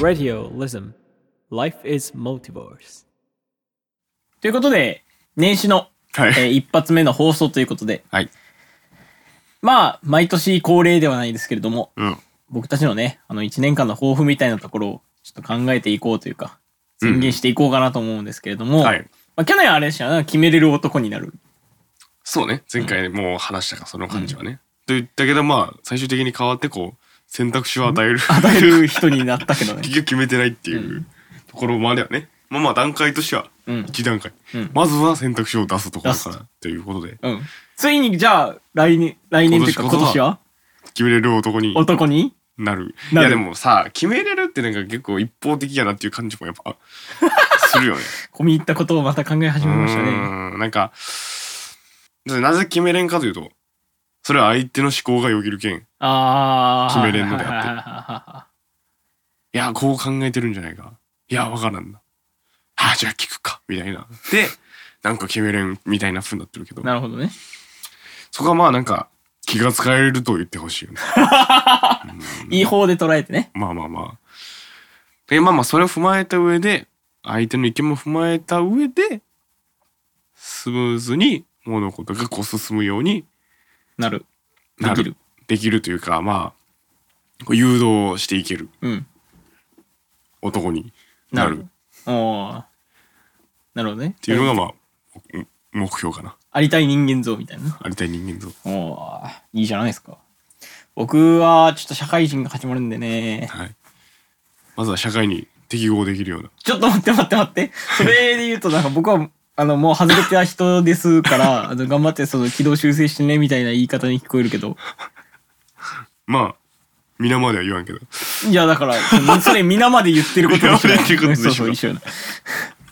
[SPEAKER 3] Radio Lism. Life is multiverse.
[SPEAKER 2] ということで年始の、
[SPEAKER 1] はい
[SPEAKER 2] えー一発目の放送ということで
[SPEAKER 1] はい
[SPEAKER 2] まあ毎年恒例ではないですけれども
[SPEAKER 1] うん
[SPEAKER 2] 僕たちのねあの1年間の抱負みたいなところをちょっと考えていこうというか宣言していこうかなと思うんですけれども、
[SPEAKER 1] はい
[SPEAKER 2] まあ、去年あれでしたよね決めれる男になる
[SPEAKER 1] そうね前回もう話したからその感じはね、と言ったけどまあ最終的に変わってこう選択肢を与える
[SPEAKER 2] 与える人になったけど ね
[SPEAKER 1] 結局決めてないっていうところまではね、まあまあ段階としては
[SPEAKER 2] うん
[SPEAKER 1] 1段階、
[SPEAKER 2] うん
[SPEAKER 1] まずは選択肢を出すところか
[SPEAKER 2] 出
[SPEAKER 1] らということで
[SPEAKER 2] うんついにじゃあ来年来年というか
[SPEAKER 1] 今
[SPEAKER 2] 今
[SPEAKER 1] 年こそ
[SPEAKER 2] 年は
[SPEAKER 1] 決めれる男に
[SPEAKER 2] 男に
[SPEAKER 1] なるい
[SPEAKER 2] な
[SPEAKER 1] や
[SPEAKER 2] る
[SPEAKER 1] でもさ決めれるってなんか結構一方的やなっていう感じもやっぱするよ ね
[SPEAKER 2] 込み入ったことをまた考え始めましたね
[SPEAKER 1] うんなんかなぜ決めれんかというとそれは相手の思考がよぎるけん
[SPEAKER 2] ああ
[SPEAKER 1] 決めれんのであって
[SPEAKER 2] あっ
[SPEAKER 1] いや、こう考えてるんじゃないか。いや、わからんな。あ、じゃあ聞くか。みたいな。で、なんか決めれんみたいな風になってるけど
[SPEAKER 2] て。なるほどね
[SPEAKER 1] そこはまあなんか気が使えると言ってほしいよね。
[SPEAKER 2] いい方で捉えてね
[SPEAKER 1] まあまあまあ。で、まあまあそれを踏まえた上で、相手の意見も踏まえた上で、スムーズに物事がこう進むように
[SPEAKER 2] なる
[SPEAKER 1] な
[SPEAKER 2] で
[SPEAKER 1] る。
[SPEAKER 2] きる
[SPEAKER 1] できるというか、まあ、こう誘導していける
[SPEAKER 2] うん
[SPEAKER 1] 男に
[SPEAKER 2] な
[SPEAKER 1] な
[SPEAKER 2] る
[SPEAKER 1] るっ
[SPEAKER 2] おーなるほどね
[SPEAKER 1] ていうのがまあ、目標かな。
[SPEAKER 2] ありたい人間像みたいな
[SPEAKER 1] ありたい人間像。
[SPEAKER 2] おーいいじゃないですか僕はちょっと社会人が始まるんでね
[SPEAKER 1] はい。まずは社会に適合できるような。
[SPEAKER 2] ちょっと待って待って待ってそれで言うとなんか僕はあのもう外れてた人ですからあの頑張ってその軌道修正してねみたいな言い方に聞こえるけど
[SPEAKER 1] まあ、皆までは言わんけど。
[SPEAKER 2] いやだからそのそれ皆まで言ってることでしょ
[SPEAKER 1] 皆まで言ってることでしょ
[SPEAKER 2] そうそう一緒だ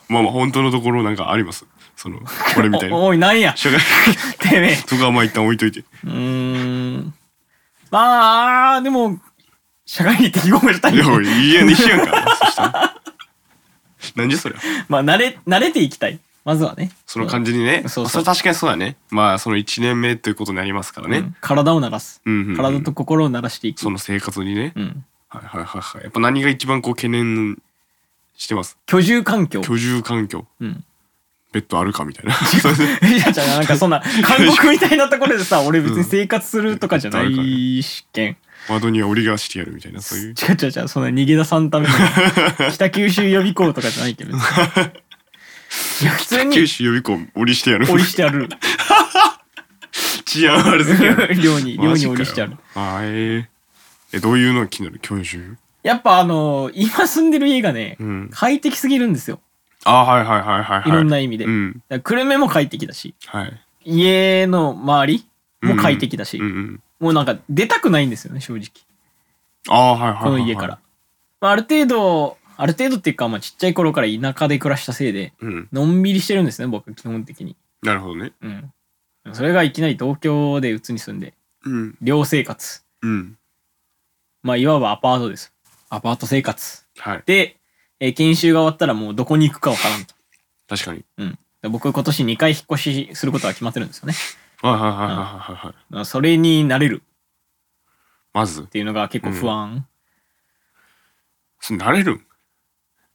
[SPEAKER 1] まあまあ、本当のところなんかあります。その、これみたい
[SPEAKER 2] お
[SPEAKER 1] な。
[SPEAKER 2] おいなんや
[SPEAKER 1] 社会、
[SPEAKER 2] てめえ
[SPEAKER 1] そこはまあ一旦置いといて。
[SPEAKER 2] うーんまあでも社会に適合したい
[SPEAKER 1] でも、
[SPEAKER 2] ね
[SPEAKER 1] いいやん、いいやん か。そしたら。なんじゃそりゃ。
[SPEAKER 2] まあ慣れ慣れていきたいまずはね
[SPEAKER 1] その感じにね。
[SPEAKER 2] そうそう
[SPEAKER 1] まあそれ確かにそうだね。まあ、その1年目ということになりますからね。
[SPEAKER 2] うん体を慣らす、
[SPEAKER 1] うんうんうん
[SPEAKER 2] 体と心を慣らしていく
[SPEAKER 1] その生活にね。
[SPEAKER 2] うん、
[SPEAKER 1] はいはいはいはい。やっぱ何が一番こう懸念してます
[SPEAKER 2] 居住環境
[SPEAKER 1] 居住環境。
[SPEAKER 2] うん
[SPEAKER 1] ベッドあるかみたいな。
[SPEAKER 2] いやじゃあなんかそ んな韓国みたいなところでさ俺別に生活するとかじゃな
[SPEAKER 1] うんあるから
[SPEAKER 2] い試験
[SPEAKER 1] 窓には折りがしてやるみたいな、そういう。
[SPEAKER 2] 違う違う違うそんな逃げ出さんための 北九州予備校とかじゃないけど別に いや普通に
[SPEAKER 1] 九州予備校折りしてやる。
[SPEAKER 2] 折りして ある
[SPEAKER 1] 治 安悪すぎる。
[SPEAKER 2] 寮に寮に折りしてある
[SPEAKER 1] マジかよ。あーえーえ、どういうのが気になる教授
[SPEAKER 2] やっぱあの今住んでる家がね、
[SPEAKER 1] うん
[SPEAKER 2] 快適すぎるんですよ
[SPEAKER 1] あーはいはいはいはいはい。
[SPEAKER 2] いろんな意味で、
[SPEAKER 1] う
[SPEAKER 2] だ
[SPEAKER 1] ん。
[SPEAKER 2] から久留米も快適だし
[SPEAKER 1] はい。
[SPEAKER 2] 家の周りも快適だし、
[SPEAKER 1] うんうん。
[SPEAKER 2] もうなんか出たくないんですよね正直
[SPEAKER 1] あーはいはいはい。
[SPEAKER 2] この家から、。まあ、ある程度ある程度っていうか、まあ、ちっちゃい頃から田舎で暮らしたせいで
[SPEAKER 1] うん。
[SPEAKER 2] のんびりしてるんですね僕基本的に
[SPEAKER 1] なるほどね。
[SPEAKER 2] うんそれがいきなり東京でうつに住んで
[SPEAKER 1] うん。
[SPEAKER 2] 寮生活
[SPEAKER 1] うん。
[SPEAKER 2] まあいわばアパートですアパート生活
[SPEAKER 1] はい。
[SPEAKER 2] で、えー研修が終わったらもうどこに行くかわからんと、
[SPEAKER 1] 確かに。
[SPEAKER 2] うん、で僕今年2回引っ越しすることは決まってるんですよね
[SPEAKER 1] はいはいはいはいはいはい。
[SPEAKER 2] まあそれになれる
[SPEAKER 1] まず
[SPEAKER 2] っ、ていうのが結構不安、
[SPEAKER 1] それ慣れるん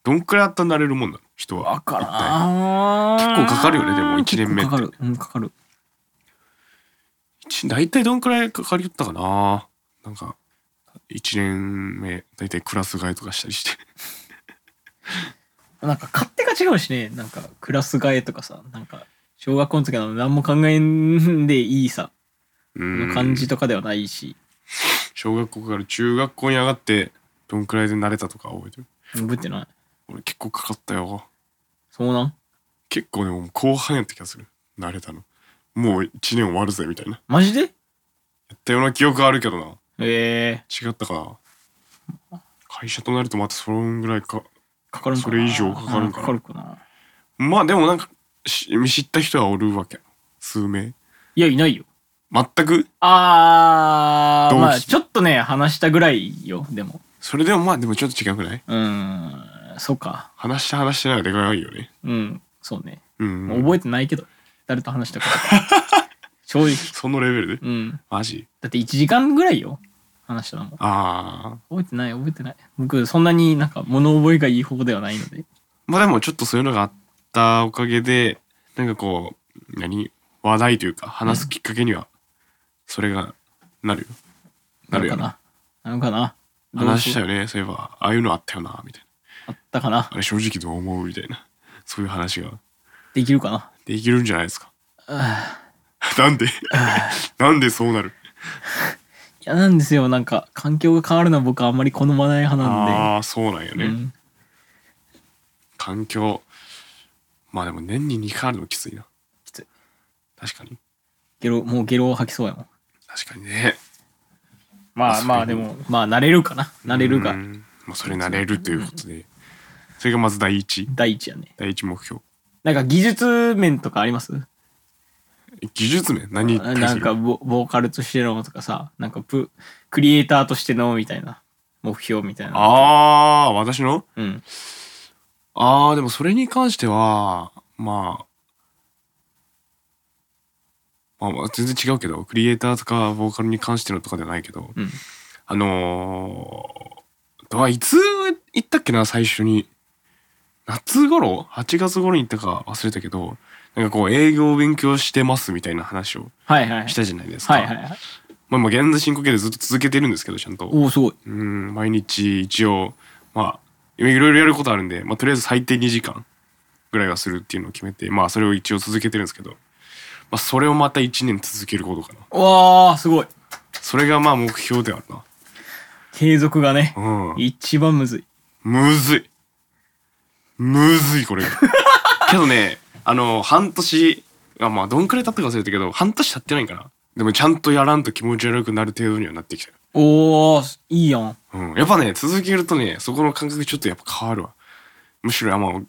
[SPEAKER 1] どんくらいあったら慣れるもんなの人は。
[SPEAKER 2] わから
[SPEAKER 1] 一体
[SPEAKER 2] ん
[SPEAKER 1] 結構かかるよねでも一年目って
[SPEAKER 2] 結構かかるうんかかる
[SPEAKER 1] 一大体どんくらいかかりよったかななんか1年目大体クラス替えとかした りして
[SPEAKER 2] なんか勝手が違うしねなんかクラス替えとかさなんか小学校の時は何も考えんでいいさ
[SPEAKER 1] うん
[SPEAKER 2] の感じとかではないし、
[SPEAKER 1] 小学校から中学校に上がってどんくらいで慣れたとか覚えてる
[SPEAKER 2] 覚えてない
[SPEAKER 1] 俺結構かかったよ
[SPEAKER 2] そうなん
[SPEAKER 1] 結構でも後半やった気がする慣れたのもう1年終わるぜみたいな
[SPEAKER 2] マジで
[SPEAKER 1] やったような記憶はあるけどな
[SPEAKER 2] ええ
[SPEAKER 1] 違ったかな会社となるとまたそんぐらいか
[SPEAKER 2] かかるんか
[SPEAKER 1] そ
[SPEAKER 2] な
[SPEAKER 1] れ以上かかるんかな
[SPEAKER 2] うんかかるかな
[SPEAKER 1] まあでもなんかし見知った人はおるわけ数名
[SPEAKER 2] いやいないよ
[SPEAKER 1] 全く
[SPEAKER 2] あー
[SPEAKER 1] 同期
[SPEAKER 2] まあちょっとね話したぐらいよでも
[SPEAKER 1] それでもまあでもちょっと違くないう
[SPEAKER 2] ーんそうか
[SPEAKER 1] 話した話してないはでかいよね
[SPEAKER 2] うんそうね、
[SPEAKER 1] うん、
[SPEAKER 2] もう覚えてないけど誰と話し たか正直
[SPEAKER 1] そのレベルで
[SPEAKER 2] うん
[SPEAKER 1] マジ
[SPEAKER 2] だって1時間ぐらいよ話したのも
[SPEAKER 1] ああ
[SPEAKER 2] 覚えてない覚えてない僕そんなになんか物覚えがいい方ではないので
[SPEAKER 1] まあでもちょっとそういうのがあったおかげでなんかこう何話題というか話すきっかけにはそれがなるよ、なるよ
[SPEAKER 2] かななのかな
[SPEAKER 1] 話した
[SPEAKER 2] よ
[SPEAKER 1] よねそういえばああいうのあったよなみたいな
[SPEAKER 2] あったかな
[SPEAKER 1] あれ正直どう思うみたいなそういう話が
[SPEAKER 2] できるかな
[SPEAKER 1] できるんじゃないですか
[SPEAKER 2] あ
[SPEAKER 1] なんでなんでそうなる
[SPEAKER 2] ーいやなんですよなんか環境が変わるのは僕はあんまり好まない派なん
[SPEAKER 1] ああそうなんよ
[SPEAKER 2] で
[SPEAKER 1] ね、
[SPEAKER 2] うん
[SPEAKER 1] 環境まあでも年に2回あるのきついな
[SPEAKER 2] きつい
[SPEAKER 1] 確かに
[SPEAKER 2] ゲロもうゲロを吐きそうやもん
[SPEAKER 1] 確かにね
[SPEAKER 2] ま
[SPEAKER 1] あ
[SPEAKER 2] あ
[SPEAKER 1] そう
[SPEAKER 2] まあでもまあ慣れるかな慣れる
[SPEAKER 1] う
[SPEAKER 2] が
[SPEAKER 1] んまあそれ慣れるということでそれがまず第一
[SPEAKER 2] 第一やね
[SPEAKER 1] 第一目標
[SPEAKER 2] なんか技術面とかあります
[SPEAKER 1] 技術面何に対する
[SPEAKER 2] なんかボボーカルとしてのとかさなんかプクリエイターとしてのみたいな目標みたいな
[SPEAKER 1] ああー私の
[SPEAKER 2] うん
[SPEAKER 1] ああでもそれに関してはまあまあ、まあ全然違うけどクリエイターとかボーカルに関してのとかではないけど
[SPEAKER 2] うん
[SPEAKER 1] あのーとはいつ行ったっけな最初に夏頃8月頃に行ったか忘れたけどなんかこう営業を勉強してますみたいな話を
[SPEAKER 2] はいはい
[SPEAKER 1] したじゃないですか、
[SPEAKER 2] はいはいはい
[SPEAKER 1] まあ、まあ現在進行形でずっと続けてるんですけどちゃんと
[SPEAKER 2] おおすごい
[SPEAKER 1] うん毎日一応まあいろいろやることあるんで、まあ、とりあえず最低2時間ぐらいはするっていうのを決めてまあそれを一応続けてるんですけど、まあ、それをまた1年続けることかな
[SPEAKER 2] わーすごい
[SPEAKER 1] それがまあ目標ではあ
[SPEAKER 2] 継続がね
[SPEAKER 1] るなうん
[SPEAKER 2] 一番むずい
[SPEAKER 1] むずいむずいこれがけどねあの半年あまあどんくらい経ったか忘れたけど半年経ってないんかなでもちゃんとやらんと気持ち悪くなる程度にはなってきたよ
[SPEAKER 2] おおいいやん
[SPEAKER 1] うん、やっぱね続けるとねそこの感覚ちょっとやっぱ変わるわむしろあの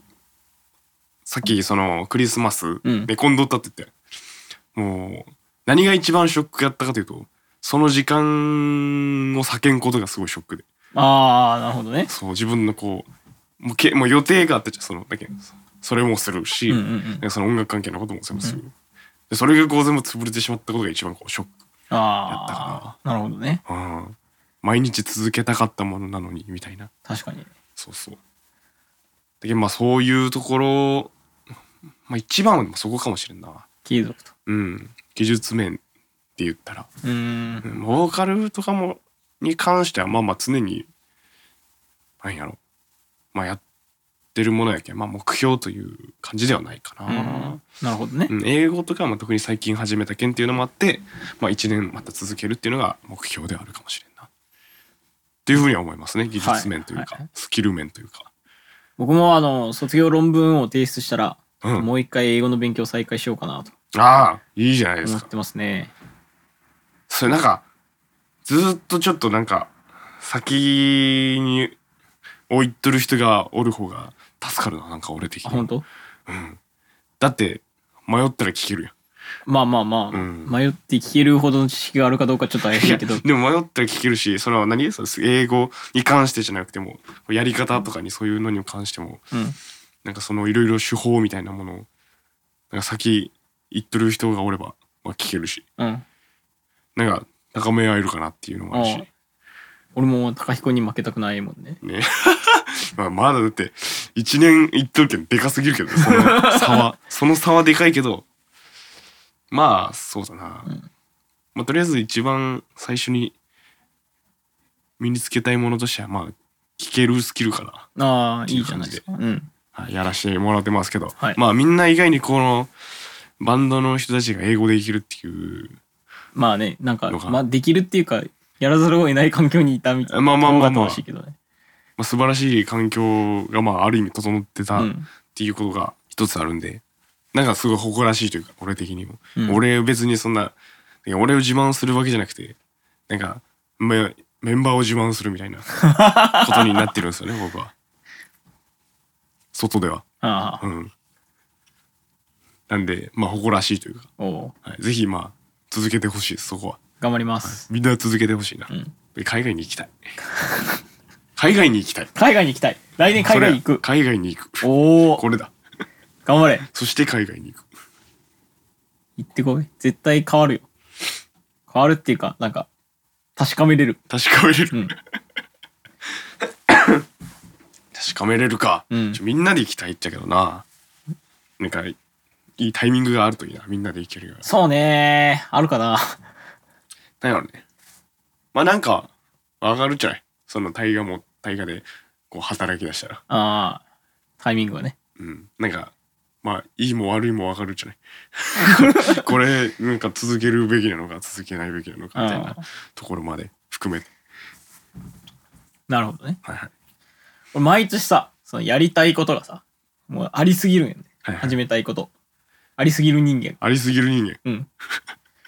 [SPEAKER 1] さっきそのクリスマス
[SPEAKER 2] うん
[SPEAKER 1] 寝込んどったって言って、もう何が一番ショックやったかというとその時間を避けんことがすごいショックで
[SPEAKER 2] あーなるほどね
[SPEAKER 1] そう自分のこうもうけもう予定があったじゃんそのだけそれもするし、
[SPEAKER 2] うんうんうん
[SPEAKER 1] でその音楽関係のことも全部する、でそれがこう全部潰れてしまったことが一番こうショックやった
[SPEAKER 2] あ
[SPEAKER 1] か
[SPEAKER 2] あなるほどね
[SPEAKER 1] うん毎日続けたかったものなのにみたいな
[SPEAKER 2] 確かに
[SPEAKER 1] そうそう。だけどまあそういうところ、まあ一番はでもそこかもしれんな。
[SPEAKER 2] 継続と
[SPEAKER 1] うん。技術面って言ったら。
[SPEAKER 2] うーん
[SPEAKER 1] うんボーカルとかも、に関してはまあまあ常に、なんやろ。まあやってるものやけん、まあ目標という感じではないか
[SPEAKER 2] う
[SPEAKER 1] な。
[SPEAKER 2] んなるほどね
[SPEAKER 1] うん、英語とかはまあ特に最近始めた件っていうのもあって、まあ1年また続けるっていうのが目標ではあるかもしれんな。っていうふうには思いますね。技術面というか、
[SPEAKER 2] はいはい
[SPEAKER 1] スキル面というか。
[SPEAKER 2] 僕もあの卒業論文を提出したら、
[SPEAKER 1] うん
[SPEAKER 2] もう一回英語の勉強再開しようかなと
[SPEAKER 1] ああいいじゃないです
[SPEAKER 2] 思
[SPEAKER 1] か
[SPEAKER 2] ってますね
[SPEAKER 1] それなんかずーっとちょっとなんか先に置いとる人がおる方が助かるななんか俺的
[SPEAKER 2] あ
[SPEAKER 1] に
[SPEAKER 2] 本当
[SPEAKER 1] だって迷ったら聞けるや
[SPEAKER 2] まあまあまあ、
[SPEAKER 1] うん
[SPEAKER 2] 迷って聞けるほどの知識があるかどうかちょっと怪
[SPEAKER 1] んい
[SPEAKER 2] し
[SPEAKER 1] や
[SPEAKER 2] い けど
[SPEAKER 1] でも迷ったら聞けるしそれは何それ英語に関してじゃなくてもやり方とかにそういうのに関しても
[SPEAKER 2] うん
[SPEAKER 1] なんかそのいろいろ手法みたいなものをなんか先行っとる人がおれば、まあ、聞けるし
[SPEAKER 2] うん
[SPEAKER 1] なんか高め合えるかなっていうのもあるし
[SPEAKER 2] ああ俺も高彦に負けたくないもんね
[SPEAKER 1] ね。まあまだだって1年いっとるけどでかすぎるけどその差はその差はでかいけどまあそうだな、まあ、とりあえず一番最初に身につけたいものとしては、まあ、聞けるスキルかな。
[SPEAKER 2] ああいいじゃないですかうん
[SPEAKER 1] はい、やらせてもらってますけど、
[SPEAKER 2] はい
[SPEAKER 1] まあみんな意外にこのバンドの人たちが英語できるっていう
[SPEAKER 2] まあねなんか
[SPEAKER 1] のか
[SPEAKER 2] まあできるっていうかやらざるを得ない環境にいたみたいな
[SPEAKER 1] まあまあまあまあ
[SPEAKER 2] のが楽しいけどね
[SPEAKER 1] まあ、素晴らしい環境がまあある意味整ってた
[SPEAKER 2] う
[SPEAKER 1] っ
[SPEAKER 2] ん
[SPEAKER 1] ていうことが一つあるんで、なんかすごい誇らしいというか俺的にも、
[SPEAKER 2] うん
[SPEAKER 1] 俺別にそんななんか俺を自慢するわけじゃなくてなんかメメンバーを自慢するみたい なことになってるんですよね僕は外では
[SPEAKER 2] ああ
[SPEAKER 1] うんなんでまあ誇らしいというか、
[SPEAKER 2] おおう
[SPEAKER 1] はい、ぜひまあ続けてほしいですそこは
[SPEAKER 2] 頑張ります
[SPEAKER 1] みんな続けてほしいな、
[SPEAKER 2] ん
[SPEAKER 1] で海外に行きたい海外に行きたい
[SPEAKER 2] 海外に行きたい来年海
[SPEAKER 1] それ
[SPEAKER 2] 外行く
[SPEAKER 1] 海外に行く
[SPEAKER 2] おお
[SPEAKER 1] これだ
[SPEAKER 2] 頑張れ
[SPEAKER 1] そして海外に行く
[SPEAKER 2] 行ってこい絶対変わるよ変わるっていうかなんか確かめれる
[SPEAKER 1] 確かめれる、
[SPEAKER 2] うん
[SPEAKER 1] 確かめれるか、
[SPEAKER 2] うん
[SPEAKER 1] ちょみんなで行きたいっちゃけどななんかいいタイミングがあるといいなみんなで行けるような
[SPEAKER 2] そうねあるかな
[SPEAKER 1] なんやろねまあなんかわかるじゃないその大河も大河でこう働き出したら
[SPEAKER 2] ああタイミングはね
[SPEAKER 1] うんなんかまあいいも悪いもわかるじゃない これなんか続けるべきなのか続けないべきなのかみたいな
[SPEAKER 2] あ
[SPEAKER 1] ところまで含めて
[SPEAKER 2] なるほどね
[SPEAKER 1] はいはい
[SPEAKER 2] 俺毎年さそのやりたいことがさもうありすぎるんよね、
[SPEAKER 1] はいはい
[SPEAKER 2] 始めたいことありすぎる人間
[SPEAKER 1] ありすぎる人間
[SPEAKER 2] うん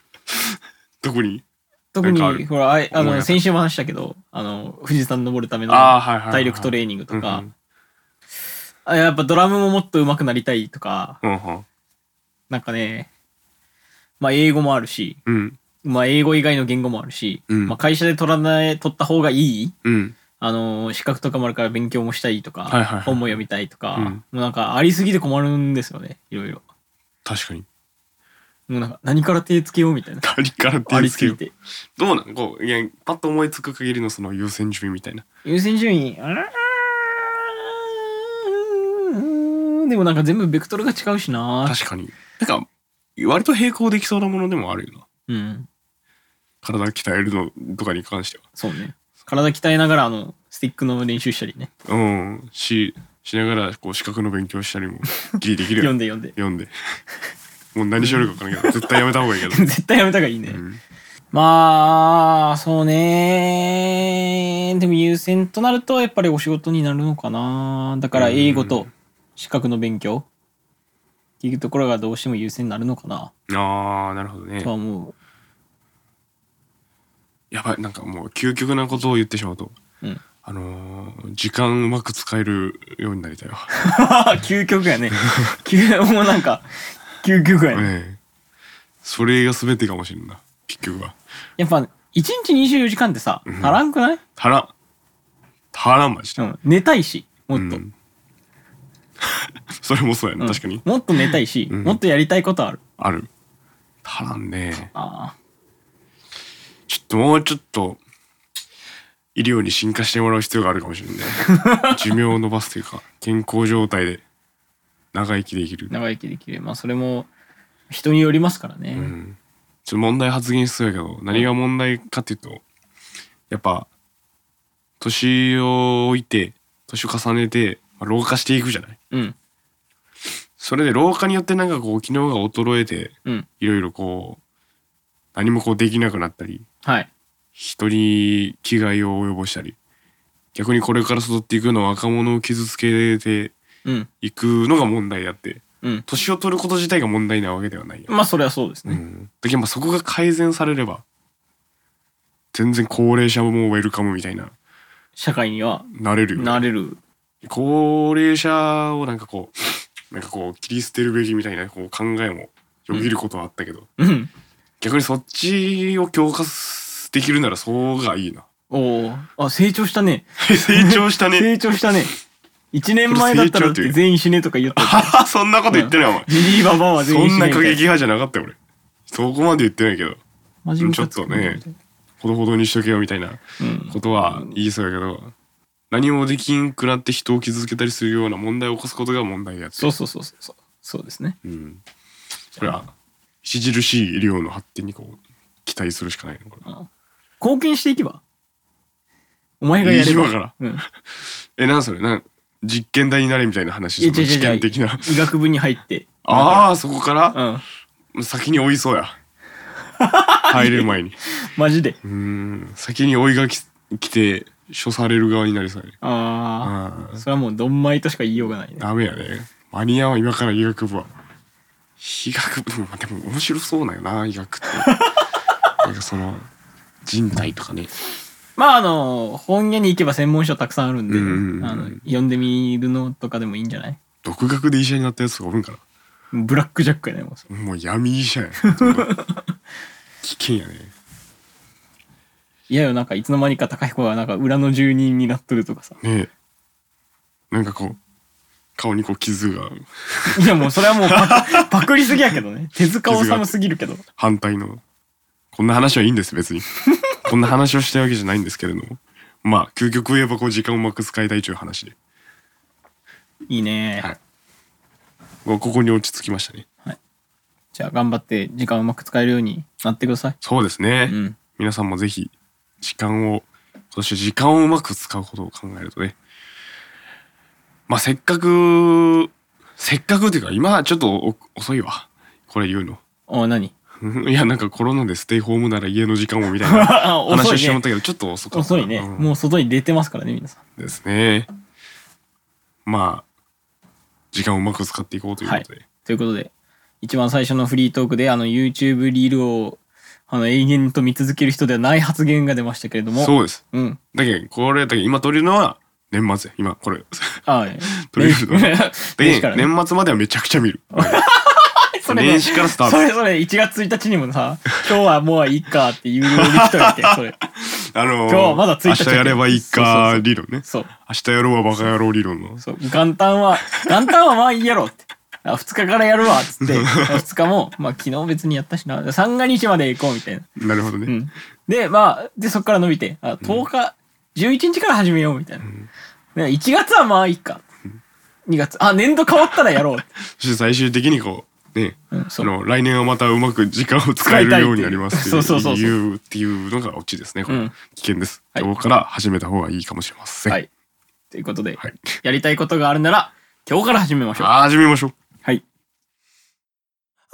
[SPEAKER 1] どこに
[SPEAKER 2] 特
[SPEAKER 1] なんかある
[SPEAKER 2] にほらあいあ
[SPEAKER 1] 思い当た
[SPEAKER 2] の
[SPEAKER 1] る
[SPEAKER 2] 先週も話したけどあの富士山登るための
[SPEAKER 1] あーはいはいはい
[SPEAKER 2] 体力トレーニングとか
[SPEAKER 1] うん
[SPEAKER 2] あやっぱドラムももっと上手くなりたいとか
[SPEAKER 1] うんうん
[SPEAKER 2] なんかねまあ英語もあるし
[SPEAKER 1] うん
[SPEAKER 2] まあ英語以外の言語もあるし、
[SPEAKER 1] うん
[SPEAKER 2] まあ会社で取らない取った方がいい
[SPEAKER 1] うん
[SPEAKER 2] あのー資格とかもあるから勉強もしたいとか、
[SPEAKER 1] はいはいはい
[SPEAKER 2] 本も読みたいとか、
[SPEAKER 1] うん
[SPEAKER 2] もうなんかありすぎて困るんですよねいろいろ
[SPEAKER 1] 確かに
[SPEAKER 2] もうなんか何から手つけようみたいな
[SPEAKER 1] 何から
[SPEAKER 2] あ
[SPEAKER 1] 手
[SPEAKER 2] り
[SPEAKER 1] つ
[SPEAKER 2] す
[SPEAKER 1] け
[SPEAKER 2] ぎ
[SPEAKER 1] る
[SPEAKER 2] て
[SPEAKER 1] どうなんこういやパッと思いつく限りのその優先順位みたいな
[SPEAKER 2] 優先順位あーでもなんか全部ベクトルが違うしな
[SPEAKER 1] 確かになんか割と並行できそうなものでもあるよな
[SPEAKER 2] うん
[SPEAKER 1] 体鍛えるのとかに関しては
[SPEAKER 2] そうね体鍛えながらあのスティックの練習したりね
[SPEAKER 1] うん、し、しながら、こう、資格の勉強したりも、ギリできる
[SPEAKER 2] 読
[SPEAKER 1] よ。
[SPEAKER 2] んで読んで
[SPEAKER 1] 読んで。もう何しよるか分からん けど、絶対やめた方がいいけど。
[SPEAKER 2] 絶対やめた方がいいね、
[SPEAKER 1] うん
[SPEAKER 2] まあ、そうね。でも優先となると、やっぱりお仕事になるのかな。だから、
[SPEAKER 1] うん
[SPEAKER 2] 英語と資格の勉強っていうところがどうしても優先になるのかな、
[SPEAKER 1] あー、なるほどね
[SPEAKER 2] と。は思
[SPEAKER 1] やばい、なんかもう、究極なことを言ってしまうと、
[SPEAKER 2] う。うん。
[SPEAKER 1] あのー時間うまく使えるようになりたいわ。
[SPEAKER 2] 究極やね。究もうなんか、究極やね。
[SPEAKER 1] ええそれが全てかもしれんな、結局は。
[SPEAKER 2] やっぱ、1日24時間ってさ、足らんくない、
[SPEAKER 1] 足らん。足らん、マジ
[SPEAKER 2] う
[SPEAKER 1] で。
[SPEAKER 2] ん、寝たいし、もっと。
[SPEAKER 1] うん それもそうや
[SPEAKER 2] う
[SPEAKER 1] な、
[SPEAKER 2] ん
[SPEAKER 1] 確かに。
[SPEAKER 2] もっと寝たいし、
[SPEAKER 1] うん
[SPEAKER 2] もっとやりたいことある。
[SPEAKER 1] ある。足らんね。
[SPEAKER 2] ああ。
[SPEAKER 1] ちょっともうちょっと医療に進化してもらう必要があるかもし れない寿命を伸ばすというか健康状態で長生きできる、
[SPEAKER 2] 長生きできる。まあ、それも、人によりますからね。
[SPEAKER 1] うん、ちょっと問題発言しそうやけど何が問題かっていうとやっぱ年を置いて年を重ねて、まあ老化していくじゃない
[SPEAKER 2] うん。
[SPEAKER 1] それで老化によってなんかこう機能が衰えて
[SPEAKER 2] うん。
[SPEAKER 1] いろいろこう何もこうできなくなったり
[SPEAKER 2] はい。
[SPEAKER 1] 人に危害を及ぼしたり逆にこれから育っていくのは若者を傷つけて
[SPEAKER 2] うん。
[SPEAKER 1] いくのが問題であって
[SPEAKER 2] うん。
[SPEAKER 1] 年を取ること自体が問題なわけではないよ。
[SPEAKER 2] まあ、それはそうです
[SPEAKER 1] う
[SPEAKER 2] ね。
[SPEAKER 1] ん、だけどまあそこが改善されれば全然高齢者もウェルカムみたいな
[SPEAKER 2] 社会には
[SPEAKER 1] なれるよ、
[SPEAKER 2] なれる。
[SPEAKER 1] 高齢者をなんかこうなんかこう切り捨てるべきみたいなこう考えもよぎることはあったけど、
[SPEAKER 2] うん。
[SPEAKER 1] 逆にそっちを強化すできるならそうがいいな
[SPEAKER 2] おお。あ、成長したね。
[SPEAKER 1] 成長したね
[SPEAKER 2] 成長したね。1年前だったらだって全員死ねとか言ったよ。
[SPEAKER 1] あ そんなこと言ってないお前
[SPEAKER 2] ジジイババアは全
[SPEAKER 1] そ
[SPEAKER 2] 員死
[SPEAKER 1] ん
[SPEAKER 2] ね
[SPEAKER 1] な
[SPEAKER 2] み
[SPEAKER 1] 過
[SPEAKER 2] たいな。
[SPEAKER 1] 激派じゃなかったよ俺そこまで言ってないけど
[SPEAKER 2] マジムカつく
[SPEAKER 1] ちょっとねほどほどにしとけよみたいな
[SPEAKER 2] うん。
[SPEAKER 1] ことは言いそうやけど何もできんくなって人を傷つけたりするような問題を起こすことが問題やって
[SPEAKER 2] そうそうそうそう。そうですね。
[SPEAKER 1] うんそれは著しい医療の発展にこう期待するしかないのかな
[SPEAKER 2] 貢献していけばお前がやれ
[SPEAKER 1] 今
[SPEAKER 2] ば
[SPEAKER 1] から
[SPEAKER 2] うん
[SPEAKER 1] えなんそれなん実験台になれみたいな話
[SPEAKER 2] いや
[SPEAKER 1] その
[SPEAKER 2] 違う違う
[SPEAKER 1] 試験的な
[SPEAKER 2] 医学部に入って
[SPEAKER 1] ああそこから
[SPEAKER 2] うん
[SPEAKER 1] 先に追いそうや入れる前に
[SPEAKER 2] マジで
[SPEAKER 1] うーん先に追いがき来て処される側になりそうやね
[SPEAKER 2] あ
[SPEAKER 1] あ
[SPEAKER 2] あそれはもうドンマイとしか言いようがないね
[SPEAKER 1] ダメやね間に合わん今から医学部は医学部まあでも面白そうなんよな医学ってなんかその人体とかね
[SPEAKER 2] まああの本屋に行けば専門書たくさんあるんで、
[SPEAKER 1] うんうんうん
[SPEAKER 2] あの読んでみるのとかでもいいんじゃない
[SPEAKER 1] 独学で医者になったやつがおるんか
[SPEAKER 2] ブラックジャックやねもうそれ
[SPEAKER 1] なもう闇医者やね危険やね
[SPEAKER 2] いやよなんかいつの間にか高彦がなんか裏の住人になっとるとかさ
[SPEAKER 1] ねえなんかこう顔にこう傷が
[SPEAKER 2] いやもうそれはも うパパクリすぎやけどね手塚治虫すぎるけど
[SPEAKER 1] 反対のこんな話はいいんです 別にこんな話をしたいわけじゃないんですけれどもまあ究極言えばこう時間をうまく使いたいという話で
[SPEAKER 2] いいね、
[SPEAKER 1] はいここに落ち着きましたね
[SPEAKER 2] じゃあ頑張って時間をうまく使えるようになってください
[SPEAKER 1] そうですね、
[SPEAKER 2] うん
[SPEAKER 1] 皆さんもぜひ時間をそして時間をうまく使うことを考えるとねまあせっかくせっかくというか今はちょっとお遅いわこれ言うの
[SPEAKER 2] お何
[SPEAKER 1] いやなんかコロナでステイホームなら家の時間もみたいな
[SPEAKER 2] あ
[SPEAKER 1] 話
[SPEAKER 2] 遅
[SPEAKER 1] をして
[SPEAKER 2] い
[SPEAKER 1] もらっ
[SPEAKER 2] ね
[SPEAKER 1] たけど、ちょっと遅かった
[SPEAKER 2] 遅いね、
[SPEAKER 1] うん
[SPEAKER 2] もう外に出てますからね皆さん
[SPEAKER 1] ですねまあ時間をうまく使っていこうということで、
[SPEAKER 2] ということで一番最初のフリートークであの YouTube リールをあの永遠と見続ける人ではない発言が出ましたけれども
[SPEAKER 1] そうです
[SPEAKER 2] う、ん、
[SPEAKER 1] だけどこれだけど今撮れるのは年末や今これ
[SPEAKER 2] ああ、ね、
[SPEAKER 1] とりあえず
[SPEAKER 2] 年
[SPEAKER 1] で
[SPEAKER 2] 始から、ね、
[SPEAKER 1] 年末まではめちゃくちゃ見る
[SPEAKER 2] それね
[SPEAKER 1] 年始からスタ
[SPEAKER 2] そ
[SPEAKER 1] ー
[SPEAKER 2] れそれ1月1日にもさ「今日はもういいか」っていう理来とるわけそれ
[SPEAKER 1] トあのー
[SPEAKER 2] 今日まだ1日
[SPEAKER 1] 明日やればいいか理論ね
[SPEAKER 2] そう
[SPEAKER 1] 明日やろうはバカ野郎理論の
[SPEAKER 2] そう元旦は 元旦はまあいいやろってあ2日からやるわっ つって2日もまあ昨日別にやったしな三が日まで行こうみたいな
[SPEAKER 1] なるほどね、
[SPEAKER 2] うん、でまあでそこから伸びてあ10日、11日から始めようみたいな、ね1月はまあいいか、2月あ年度変わったらやろう、
[SPEAKER 1] そして最終的にこうね
[SPEAKER 2] うん、そ
[SPEAKER 1] あ
[SPEAKER 2] う
[SPEAKER 1] の来年はまたうまく時間を使えるようになりますって
[SPEAKER 2] 使いたいっていうそうそうそうそう
[SPEAKER 1] いうっていうのがオチですねこれ、
[SPEAKER 2] うん
[SPEAKER 1] 危険です、
[SPEAKER 2] はい
[SPEAKER 1] 今日から始めた方がいいかもしれません
[SPEAKER 2] はいということで、
[SPEAKER 1] はい
[SPEAKER 2] やりたいことがあるなら今日から始めましょう
[SPEAKER 1] 始めましょう。
[SPEAKER 2] はい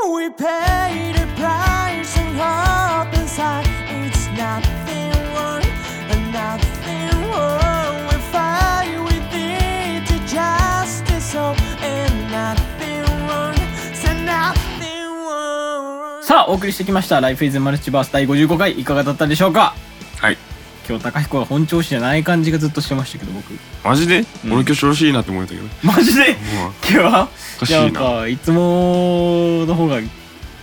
[SPEAKER 4] We paid a price and hope inside. It's nothing wrong, and nothing wrong. We fight with it to justice, oh, and nothing wrong, so nothing wrong.
[SPEAKER 2] さあお送りしてきました「Life is Multiverse 第55回」いかがだったでしょうか
[SPEAKER 1] はい。
[SPEAKER 2] 今日高彦が本調子じゃない感じがずっとしてましたけど僕
[SPEAKER 1] マジで、
[SPEAKER 2] うん
[SPEAKER 1] 俺今日調子いいなって思えたけど。
[SPEAKER 2] マジで今日は
[SPEAKER 1] おかしい
[SPEAKER 2] な
[SPEAKER 1] なん
[SPEAKER 2] かいつもの方が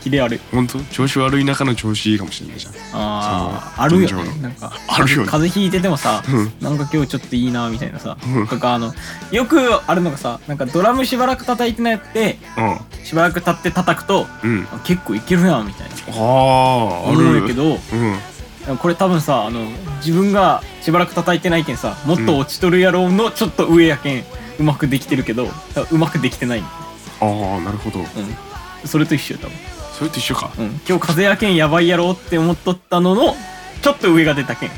[SPEAKER 2] キレある
[SPEAKER 1] 本当調子悪い中の調子いいかもしれないじゃん。
[SPEAKER 2] あ
[SPEAKER 1] そう
[SPEAKER 2] ああるよ
[SPEAKER 1] 現状
[SPEAKER 2] ね
[SPEAKER 1] の
[SPEAKER 2] なんか
[SPEAKER 1] あるよね
[SPEAKER 2] 風邪ひいててもさ、
[SPEAKER 1] うん
[SPEAKER 2] なんか今日ちょっといいなみたいなさ、
[SPEAKER 1] うん
[SPEAKER 2] とかあのよくあるのがさなんかドラムしばらく叩いてないってしばらく経って叩くと
[SPEAKER 1] うん。うん。あ
[SPEAKER 2] あ結構いけるやんみたいな
[SPEAKER 1] あ、あ
[SPEAKER 2] 思うんやけ
[SPEAKER 1] る。
[SPEAKER 2] ど
[SPEAKER 1] うん。
[SPEAKER 2] これ多分さあの自分がしばらく叩いてないけんさもっと落ちとるやろうのちょっと上やけんうまくできてるけど多分うまくできてない、う
[SPEAKER 1] ああ、なるほど。
[SPEAKER 2] ん、それと一緒よ多分
[SPEAKER 1] それと一緒か。
[SPEAKER 2] うん、今日風邪やけんやばいやろって思っとったののちょっと上が出たけん
[SPEAKER 1] うん。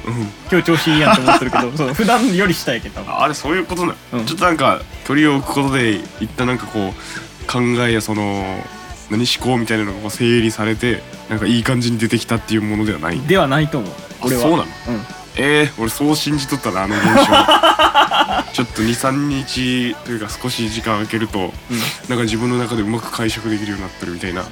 [SPEAKER 2] 今日調子いいやんって思ってるけ どそう普段より下やけん多分
[SPEAKER 1] ああれ、そういうことなの、
[SPEAKER 2] うん
[SPEAKER 1] ちょっとなんか、距離を置くことで、一旦なんかこう、考えやその、何思考みたいなのがこう整理されて、なんかいい感じに出てきたっていうものではない。
[SPEAKER 2] ではないと思う
[SPEAKER 1] あ
[SPEAKER 2] 俺は
[SPEAKER 1] そうなの
[SPEAKER 2] うん
[SPEAKER 1] えー、俺そう信じとったなあの現象 ちょっと23日というか少し時間空けると、なんか自分の中でうまく解釈できるようになってるみたいな、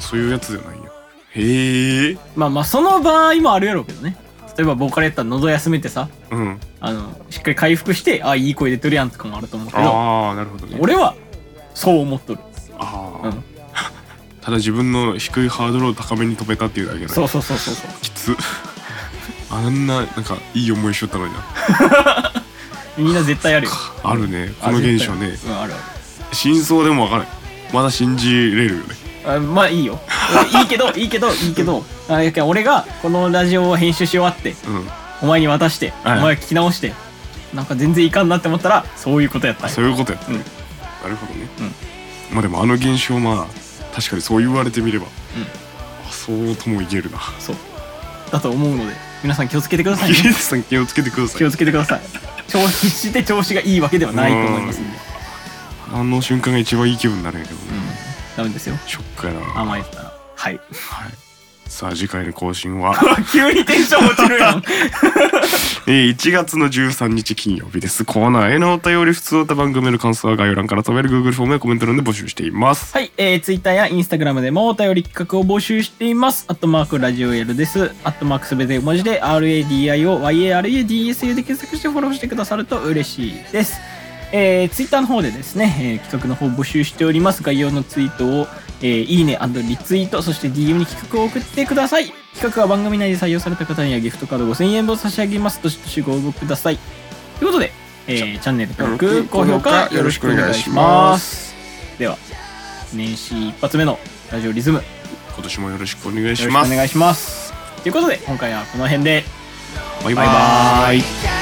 [SPEAKER 1] そういうやつじゃないよへえ
[SPEAKER 2] まあまあその場合もあるやろうけどね例えばボーカルやったら喉休めてさ
[SPEAKER 1] うん
[SPEAKER 2] あのしっかり回復してあいい声出てるやんとかもあると思うけど
[SPEAKER 1] ああなるほどね
[SPEAKER 2] 俺はそう思っとる、
[SPEAKER 1] あ
[SPEAKER 2] う
[SPEAKER 1] ー、
[SPEAKER 2] ん、
[SPEAKER 1] ただ自分の低いハードルを高めに飛べたっていうだけだ
[SPEAKER 2] そ
[SPEAKER 1] ね
[SPEAKER 2] うそうそうそうそう
[SPEAKER 1] きつあんななんかいい思いしとったの にな
[SPEAKER 2] みんな絶対あるよ
[SPEAKER 1] あるねこの現象ね
[SPEAKER 2] あ絶対あるうんある
[SPEAKER 1] 真相でも分からないまだ信じれるよね
[SPEAKER 2] あるあまあいいよいいけどいいけどいいけどあやけん俺がこのラジオを編集し終わって
[SPEAKER 1] うん
[SPEAKER 2] お前に渡して、
[SPEAKER 1] はい
[SPEAKER 2] お前が聞き直してなんか全然いかんなって思ったらそういうことやったんや
[SPEAKER 1] そういうことやったね、なるほどね、まあでもあの現象まあ確かにそう言われてみれば、あそうとも言えるな
[SPEAKER 2] そうだと思うので皆さん気をつけてください、
[SPEAKER 1] ギリ
[SPEAKER 2] ね、
[SPEAKER 1] スさん気をつけてくださ
[SPEAKER 2] 気
[SPEAKER 1] い
[SPEAKER 2] をつけてください調子して調子がいいわけではないと思いますんで
[SPEAKER 1] あの瞬間が一番いい気分になるんやけどね
[SPEAKER 2] ダメですよ
[SPEAKER 1] ショックやなは
[SPEAKER 2] 甘えてたらはい
[SPEAKER 1] いさあ次回の更新 は
[SPEAKER 2] 急にテンション落ちるや ん
[SPEAKER 1] えー1月の13日金曜日ですコーナーへのお便り普通歌番組の感想は概要欄から飛べる Google フォームやコメント欄で募集しています
[SPEAKER 2] はい、えー、Twitter や Instagram でもお便り企画を募集しています。アットマークラジオ L です。アットマークすべて小文字で RADIO、YARADSU で検索してフォローしてくださると嬉しいです。えー、Twitter の方でですね、えー企画の方募集しております。概要のツイートを、えーいいねリツイート、そして DM に企画を送ってください。企画は番組内で採用された方にはギフトカード5000円分を差し上げます。どしどしご応募ください。ということで、えーチャンネル登録、高評価よろしくお願いします。では、年始一発目のラジオリズム、よ
[SPEAKER 1] 今年もよろしくお願い
[SPEAKER 2] ろし
[SPEAKER 1] し
[SPEAKER 2] くお
[SPEAKER 1] ます
[SPEAKER 2] 願いします。ということで、今回はこの辺で、
[SPEAKER 1] バイバイ
[SPEAKER 2] イ。
[SPEAKER 4] Can't